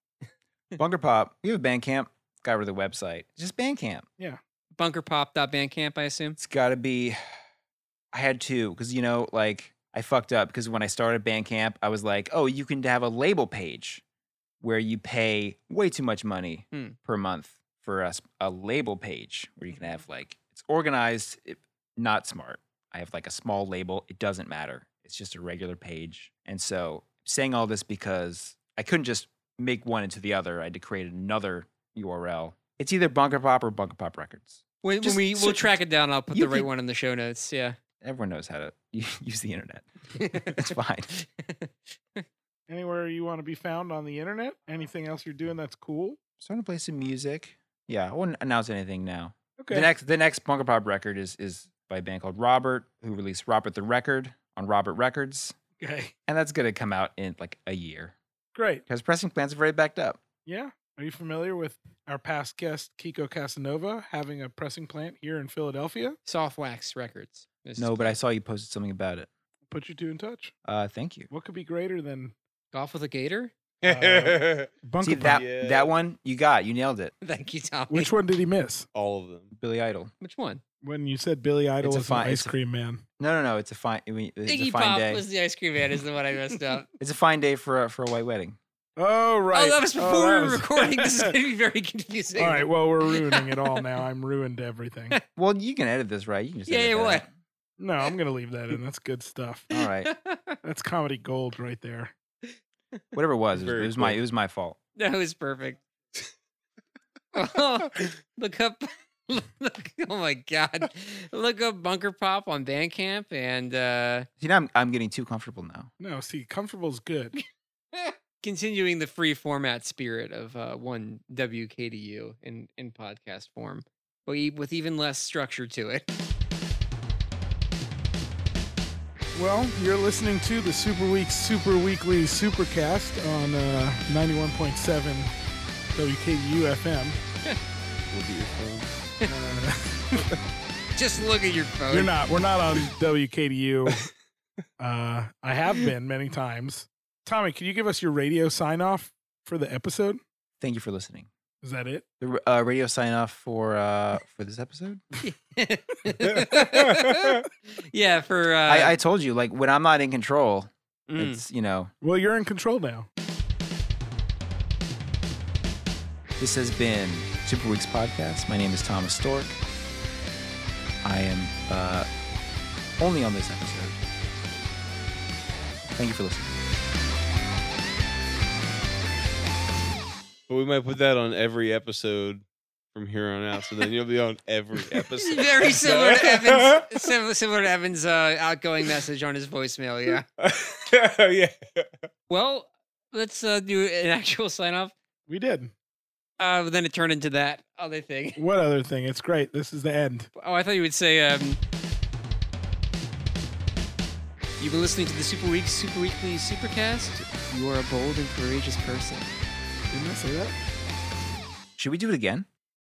A: Bunker Pop, we have a Bandcamp. Got rid of the website. It's just Bandcamp.
C: bunkerpop.bandcamp, I assume.
A: It's got to be. I had to because you know, like I fucked up because when I started Bandcamp, I was like, oh, you can have a label page where you pay way too much money
C: Hmm.
A: per month for us a label page where you can have like it's organized. It, not smart. I have like a small label. It doesn't matter. It's just a regular page. And so saying all this because I couldn't just make one into the other. I had to create another URL. It's either Bunker Pop or Bunker Pop Records.
C: When, when
A: Just
C: we we'll
A: search-
C: track it down. I'll put
A: you
C: the right
A: could-
C: one in the show notes. Yeah.
A: Everyone knows how to use the internet. It's fine.
B: Anywhere you want to be found on the internet? Anything else you're doing that's cool?
A: Starting to play some music. Yeah, I wouldn't announce anything now.
B: Okay.
A: The next, the next Bunker Pop record is is by a band called Robert, who released Robert the Record on Robert Records,
B: okay.
A: and that's gonna come out in like a year
B: Great.
A: because pressing plans are very backed up.
B: Yeah. Are you familiar with our past guest Kiko Casanova having a pressing plant here in Philadelphia?
C: Soft Wax Records. This is
A: No, but I saw you posted something about it.
B: Put you two in touch.
A: Uh, thank you.
B: What could be greater than
C: golf with a gator.
B: Uh, Bunker
A: See
B: Pop?
A: that
D: Yeah.
A: that one you got, you nailed it.
C: Thank you, Tommy.
B: Which one did he miss?
D: All of them.
A: Billy Idol.
C: Which one?
B: When you said Billy Idol
A: It's a
B: was an
A: fine-
B: ice
A: it's a-
B: cream man.
A: No, no, no. It's a fine. I mean, It's a
C: Iggy
A: fine
C: Pop
A: day.
C: was the ice cream man. Is the one I messed up.
A: It's a fine day for a, for a white wedding.
B: Oh right.
C: Oh, that was before
B: that
C: we were
B: was-
C: recording. This is going to be very confusing.
B: all right. Well, we're ruining it all now. I'm ruined everything.
A: Well, you can edit this, right? You can just
C: Yeah,
A: edit
C: yeah,
A: that
B: No, I'm gonna leave that in. That's good stuff.
A: out. All right,
B: That's comedy gold right there.
A: whatever it was, it was, it
D: Very
A: was my
D: cool.
A: it was my fault.
C: That was perfect. Oh, look up. Look, oh my God. Look up Bunker Pop on Bandcamp and uh,
A: See, now I'm I'm getting too comfortable now.
B: No, see, comfortable's good.
C: continuing the free format spirit of uh, one WKDU in, in podcast form, but e- with even less structure to it.
B: Well, you're listening to the Super Week Super Weekly Supercast on uh, 91.7 WKU FM.
D: We'll be your friends.
C: Just look at your phone.
B: You're not. We're not on WKDU. Uh, I have been many times. Tommy, can you give us your radio sign off for the episode?
A: Thank you for listening.
B: Is that it?
A: The r- uh, radio sign off for uh for this episode.
C: yeah, for. Uh,
A: I, I told you, like when I'm not in control,
C: mm.
A: it's you know
B: Well, you're in control now.
A: this has been Super Weeks podcast. My name is Thomas Stork. I am uh, only on this episode. Thank you for listening.
D: But we might put that on every episode from here on out. So then you'll be on every episode.
C: Very similar to Evan's, similar, similar to Evan's uh, outgoing message on his voicemail. Yeah.
D: yeah.
C: Well, let's uh, do an actual sign off.
B: We did.
C: Uh, but then it turned into that other thing.
B: What other thing? It's great. This is the end.
C: Oh, I thought you would say. Um, You've been listening to the Super Week, Super Weekly Supercast. You are a bold and courageous person.
B: Didn't I say that?
A: Should we do it again?